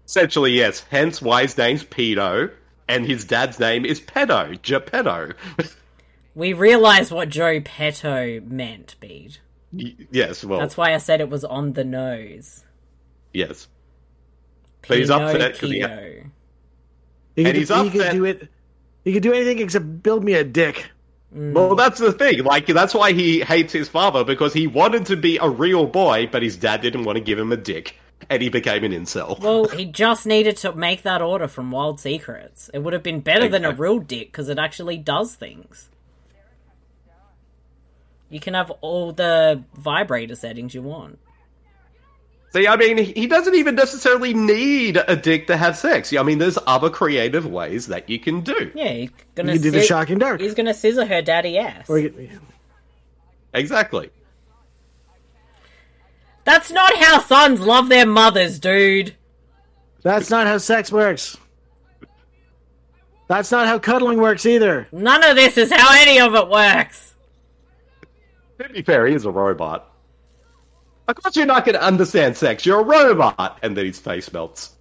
S7: Essentially, yes. Hence why his name's Pino and his dad's name is Pedo, Geppetto.
S5: We realize what Joe Petto meant, Bede.
S7: Y- yes, well,
S5: That's why I said it was on the nose.
S7: yes. But he's upset 'cause he-
S5: Pinocchio.
S6: He
S7: And
S6: could,
S7: he's
S6: he
S7: up
S6: could
S7: there.
S6: do it. He could do anything except build me a dick.
S5: Hmm.
S7: Well, that's the thing. Like, that's why he hates his father because he wanted to be a real boy, but his dad didn't want to give him a dick, and he became an incel.
S5: Well, he just needed to make that order from Wild Secrets. It would have been better than a real dick because it actually does things. You can have all the vibrator settings you want.
S7: See, I mean, he doesn't even necessarily need a dick to have sex. I mean, there's other creative ways that you can do.
S5: Yeah, he's
S6: You
S5: gonna
S6: could do the
S5: sci-
S6: shocking dark.
S5: He's gonna scissor her daddy ass.
S6: Or you could-
S7: Exactly.
S5: That's not how sons love their mothers, dude.
S6: That's not how sex works. That's not how cuddling works either.
S5: None of this is how any of it works.
S7: To be fair, he is a robot. Of course, you're not going to understand sex. You're a robot. And then his face melts.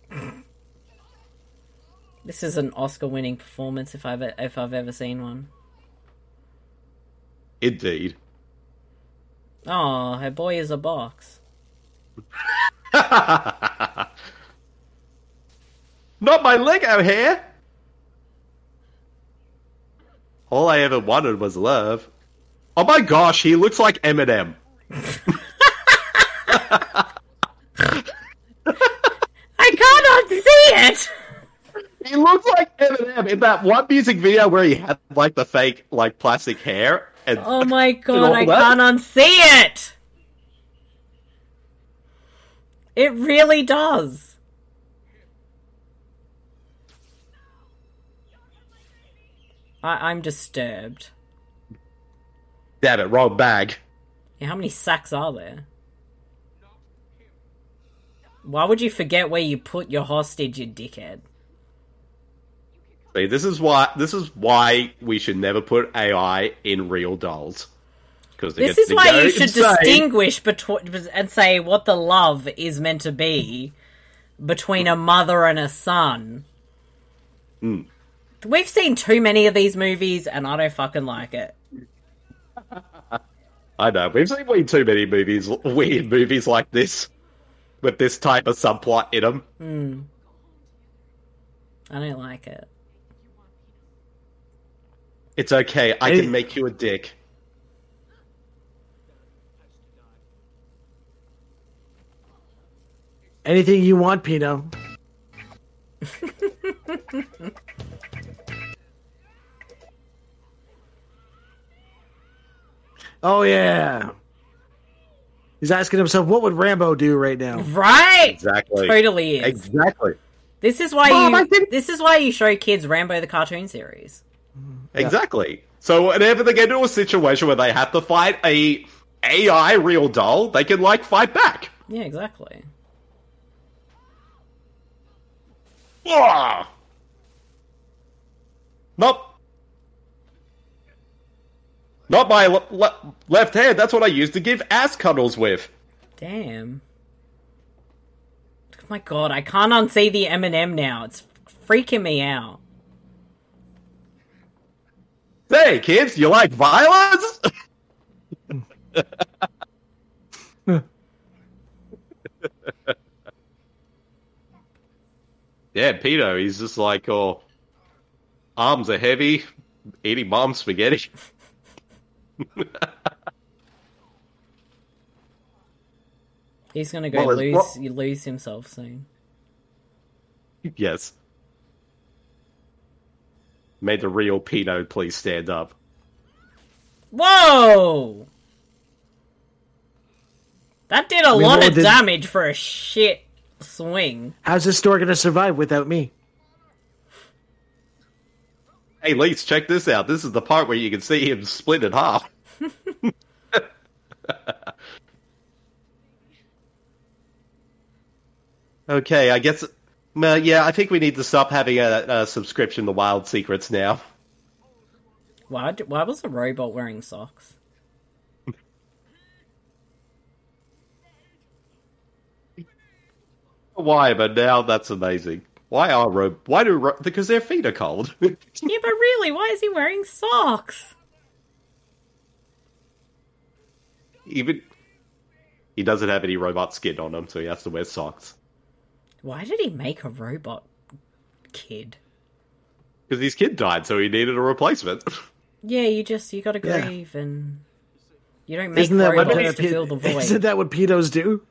S5: This is an Oscar-winning performance if I've if I've ever seen one.
S7: Indeed.
S5: Oh, her boy is a box.
S7: Not my Lego here. All I ever wanted was love. Oh my gosh, he looks like Eminem.
S5: I cannot see it.
S7: He looks like Eminem in that one music video where he had like the fake like plastic hair and
S5: Oh my god,
S7: all
S5: I
S7: that?
S5: can't unsee it. It really does. I- I'm disturbed.
S7: damn it, wrong bag.
S5: Yeah, how many sacks are there? Why would you forget where you put your hostage, you dickhead?
S7: See, this is why this is why we should never put AI in real dolls. Because
S5: This is why you should distinguish between and say what the love is meant to be between a mother and a son.
S7: Hmm.
S5: We've seen too many of these movies, and I don't fucking like it.
S7: I know we've seen way too many movies, weird movies like this, with this type of subplot in them.
S5: I don't like it.
S7: It's okay. I
S6: Hey.
S7: can make you a dick.
S6: Anything you want, Pino. oh yeah. He's asking himself, what would Rambo do right now?
S5: Right?
S7: Exactly.
S5: Totally is.
S7: Exactly.
S5: This is why
S7: Mom, I
S5: you.
S7: think-
S5: This is why you show kids Rambo the cartoon series.
S7: Exactly. So whenever they get into a situation where they have to fight a AI real doll, they can like fight back.
S5: Yeah, exactly.
S7: Yeah. Nope. Not my le- le- left hand. That's what I used to give ass cuddles with.
S5: Damn. My god, I can't unsee the Eminem now. It's freaking me out.
S7: Hey, kids, you like violence? yeah, Pino, he's just like, oh, arms are heavy, eating mom's spaghetti.
S5: He's gonna go
S7: Well, it's
S5: lose
S7: what-
S5: you lose himself soon.
S7: yes. May the real Pino please stand up.
S5: Whoa! That did a
S6: mean,
S5: lot
S6: what
S5: of
S6: did-
S5: damage for a shit swing.
S6: How's this store gonna survive without me?
S7: Hey, Leeds, check this out. This is the part where you can see him split in half. okay, I guess. Well, yeah, I think we need to stop having a, a subscription to Wild Secrets now.
S5: Why? d- Why was a robot wearing socks?
S7: Why? But now that's amazing. Why are ro- why do ro- because their feet are cold?
S5: Yeah, but really, why is he wearing socks?
S7: Even he doesn't have any robot skin on him, so he has to wear socks
S5: Why did he make a robot kid?
S7: because his kid died, so he needed a replacement.
S5: Yeah, you just you gotta
S6: Yeah.
S5: grieve and you don't make
S6: Isn't that what
S5: robots to
S6: uh,
S5: fill the
S6: pe-
S5: void.
S6: Isn't that what pedos do?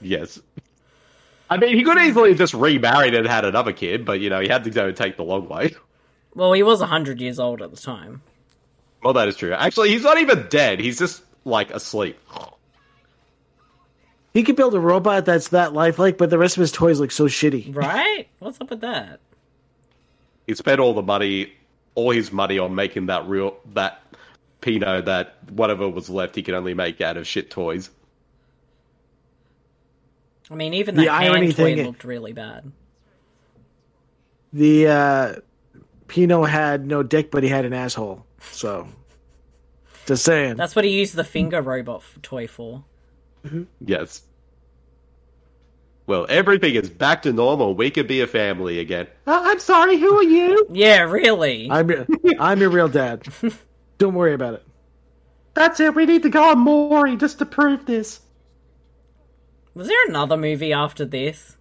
S7: Yes. I mean, he could easily just remarried and had another kid, but you know, he had to go and take the long way.
S5: Well, he was hundred years old at the time.
S7: Well, that is true. Actually, he's not even dead. He's just like asleep.
S6: He could build a robot that's that lifelike, but the rest of his toys look so shitty.
S5: Right? What's up with that?
S7: He spent all the money, all his money on making that real that Pinot that whatever was left he could only make out of shit toys.
S5: I mean, even that
S6: The
S5: hand
S6: irony
S5: toy
S6: thing-
S5: looked really bad.
S6: The uh Pino had no dick, but he had an asshole. So just saying.
S5: That's what he used the finger robot f- toy for.
S7: Yes. Well, everything is back to normal. We could be a family again.
S2: Uh, I'm sorry, who are you?
S5: Yeah, really.
S6: I'm your, I'm your real dad. Don't worry about it.
S2: That's it, we need to go on Maury just to prove this.
S5: Was there another movie after this?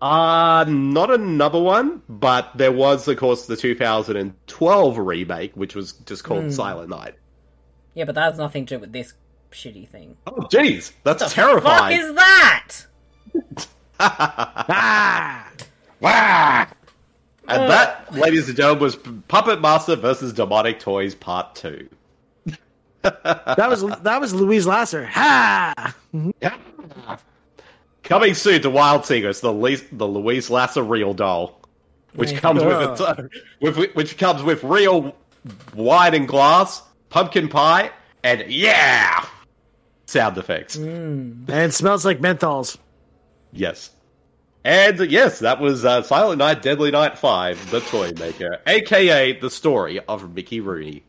S7: Uh, not another one, but there was, of course, the 2012 remake, which was just
S5: Hmm.
S7: called Silent Night.
S5: Yeah, but that has nothing to do with this shitty thing.
S7: Oh, jeez, that's
S5: Fuck
S7: terrifying.
S5: is that?
S7: Wah! And that, ladies and gentlemen, was P- Puppet Master versus Demonic Toys Part 2.
S6: That was that was Louise Lasser. Ha!
S7: Coming soon to Wild Singers, the, Le- the Luis Lasser real doll, which
S5: Yeah. Oh.
S7: comes with, its, own- with which comes with real wine and glass, pumpkin pie, and yeah, sound effects.
S5: Mm.
S6: And smells like menthols.
S7: Yes, and yes, that was uh, Silent Night, Deadly Night Five, the toy maker, aka the story of Mickey Rooney,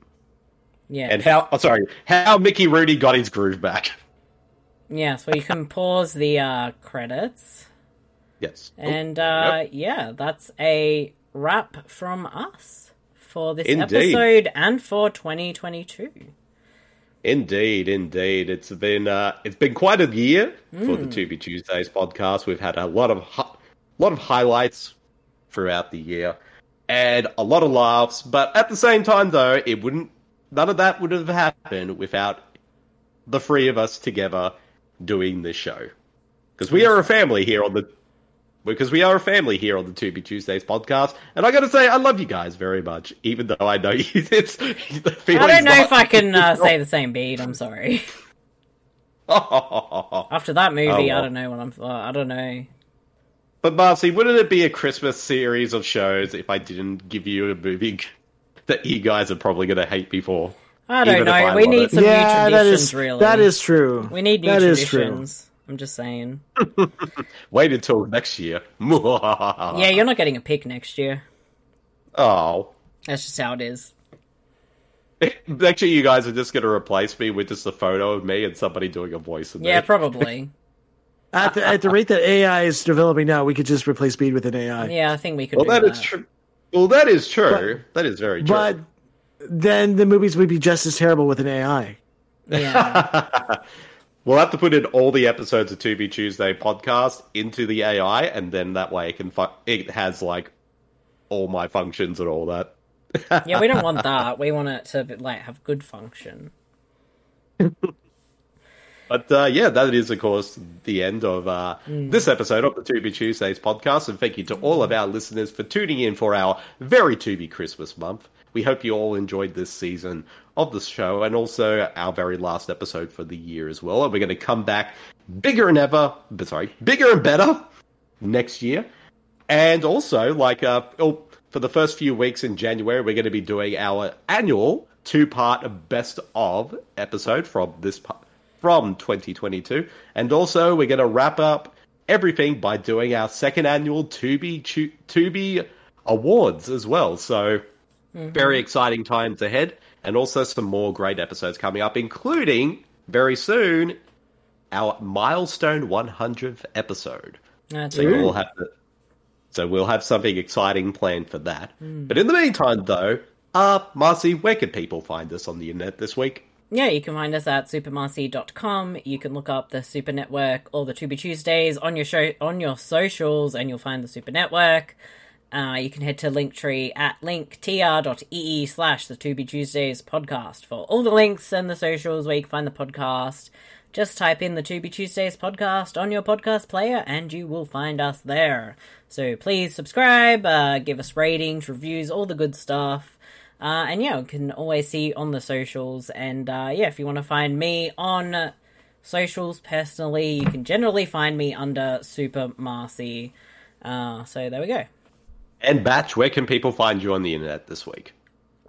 S5: Yeah.
S7: and how oh, sorry, how Mickey Rooney got his groove back.
S5: Yes, well, you can pause the uh, credits.
S7: Yes, Oh,
S5: And uh, yeah, that's a wrap from us for this
S7: Indeed.
S5: episode and for 2022.
S7: Indeed, indeed, it's been uh, it's been quite a year for
S5: Hmm.
S7: the To Be Tuesdays podcast. We've had a lot of hi- lot of highlights throughout the year, and a lot of laughs. But at the same time, though, it wouldn't none of that would have happened without the three of us together doing this show because we are a family here on the because we are a family here on the To Be Tuesdays podcast. And I got to say, I love you guys very much, even though I know you. It's, the
S5: I don't
S7: feeling's
S5: know
S7: not-
S5: if I can uh, say the same beat. I'm sorry. After that movie, I
S7: Oh, well.
S5: don't know what I'm. Uh, I don't know.
S7: But Marcy, wouldn't it be a Christmas series of shows if I didn't give you a movie that you guys are probably going to hate before?
S5: I don't
S7: Even if
S5: know.
S7: I
S5: we
S7: love
S5: need
S7: it.
S5: some
S6: yeah,
S5: new
S6: that
S5: traditions.
S6: is
S5: really,
S6: that is true.
S5: We need new
S6: That is
S5: traditions. I'm just saying.
S7: Wait until next year.
S5: yeah,
S7: yeah.
S5: you're not getting a pick next year.
S7: Oh.
S5: That's just how it is.
S7: Actually, you guys are just going to replace me with just a photo of me and somebody doing a voice. Of me.
S5: Yeah, probably.
S6: true. At the, at the rate that AI is developing now, we could just replace Bede with an AI.
S5: yeah, I think we could.
S7: Well,
S5: do
S7: that is true. Well, that is true. that is very true.
S6: But then the movies would be just as terrible with an AI.
S5: Yeah,
S7: We'll have to put in all the episodes of To Be Tuesday podcast into the AI, and then that way it can fu- it has like all my functions and all that.
S5: yeah. We don't want that. We want it to like have good function.
S7: But uh, yeah, that is, of course, the end of uh, this episode of the To Be Tuesdays podcast. And thank you to all of our listeners for tuning in for our very To Be Christmas month. We hope you all enjoyed this season of the show and also our very last episode for the year as well. And we're going to come back bigger and ever, but sorry, bigger and better next year. And also, like, uh, oh, for the first few weeks in January, we're going to be doing our annual two-part best of episode from this pa- from 2022, and also we're going to wrap up everything by doing our second annual To Be Chu- To Be Awards as well. So, very exciting times ahead, and also some more great episodes coming up, including very soon our milestone 100th episode.
S5: That's
S7: So we'll have to, so we'll have something exciting planned for that. But in the meantime, though, uh, Marcy, where could people find us on the internet this week?
S5: Yeah, you can find us at supermarcy.com. You can look up the Super Network or the To Be Tuesdays on your show on your socials, and you'll find the Super Network. Uh, you can head to Linktree at linktr.ee slash the To Be Tuesdays podcast for all the links and the socials where you can find the podcast. Just type in the To Be Tuesdays podcast on your podcast player, and you will find us there. So please subscribe, uh, give us ratings, reviews, all the good stuff. Uh, and yeah, you can always see on the socials. And uh, yeah, if you want to find me on socials personally, you can generally find me under Super Marcy. Uh, so there we go.
S7: And Batch, where can people find you on the internet this week?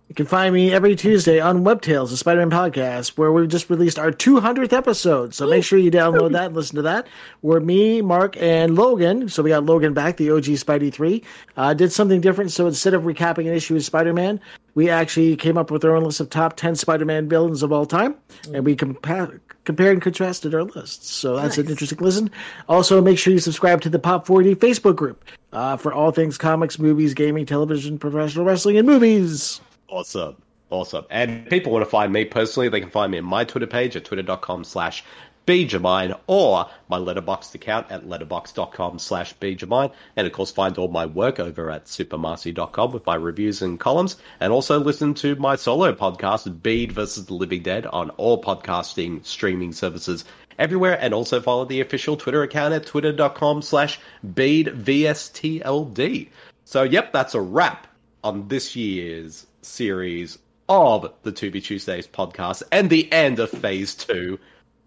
S6: You can find me every Tuesday on WebTales, the Spider Man podcast, where we've just released our 200th episode. So make sure you download that and listen to that. Where me, Mark, and Logan, so we got Logan back, the OG Spidey 3, uh, did something different. So instead of recapping an issue with Spider Man, we actually came up with our own list of top 10 Spider Man villains of all time, and we compa- compared and contrasted our lists. So that's an interesting listen. Also, make sure you subscribe to the Pop 4D Facebook group uh, for all things comics, movies, gaming, television, professional wrestling, and movies.
S7: Awesome. Awesome. And people want to find me personally, they can find me on my Twitter page at twitter.com slash bjamine or my letterboxd account at letterbox.com slash bjamine. And of course, find all my work over at supermarcy.com with my reviews and columns. And also listen to my solo podcast, Bead versus the Living Dead, on all podcasting streaming services everywhere. And also follow the official Twitter account at twitter.com slash beadvstld. So, yep, that's a wrap on this year's series of the To Be Tuesdays podcast and the end of phase two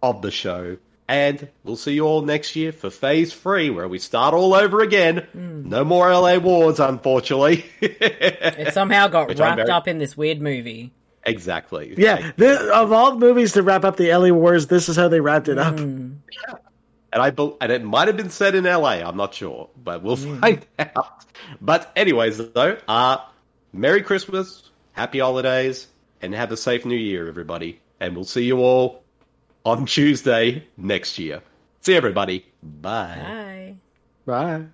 S7: of the show. And we'll see you all next year for phase three, where we start all over again. No more LA Wars, unfortunately.
S5: It somehow got
S7: Which I'm
S5: wrapped
S7: very-
S5: up in this weird movie.
S7: exactly.
S6: Yeah, thi- of all the movies to wrap up the LA Wars, this is how they wrapped it up.
S7: and I bel and it might have been said in LA. I'm not sure, but we'll find out. But anyways, though, uh, Merry Christmas, Happy Holidays, and have a safe New Year, everybody. And we'll see you all on Tuesday next year. See you, everybody. Bye.
S5: Bye.
S6: Bye.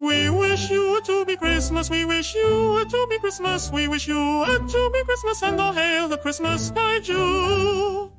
S10: We wish you a to be Christmas. We wish you a to be Christmas. We wish you a to be Christmas and all hail the Christmas by Jew.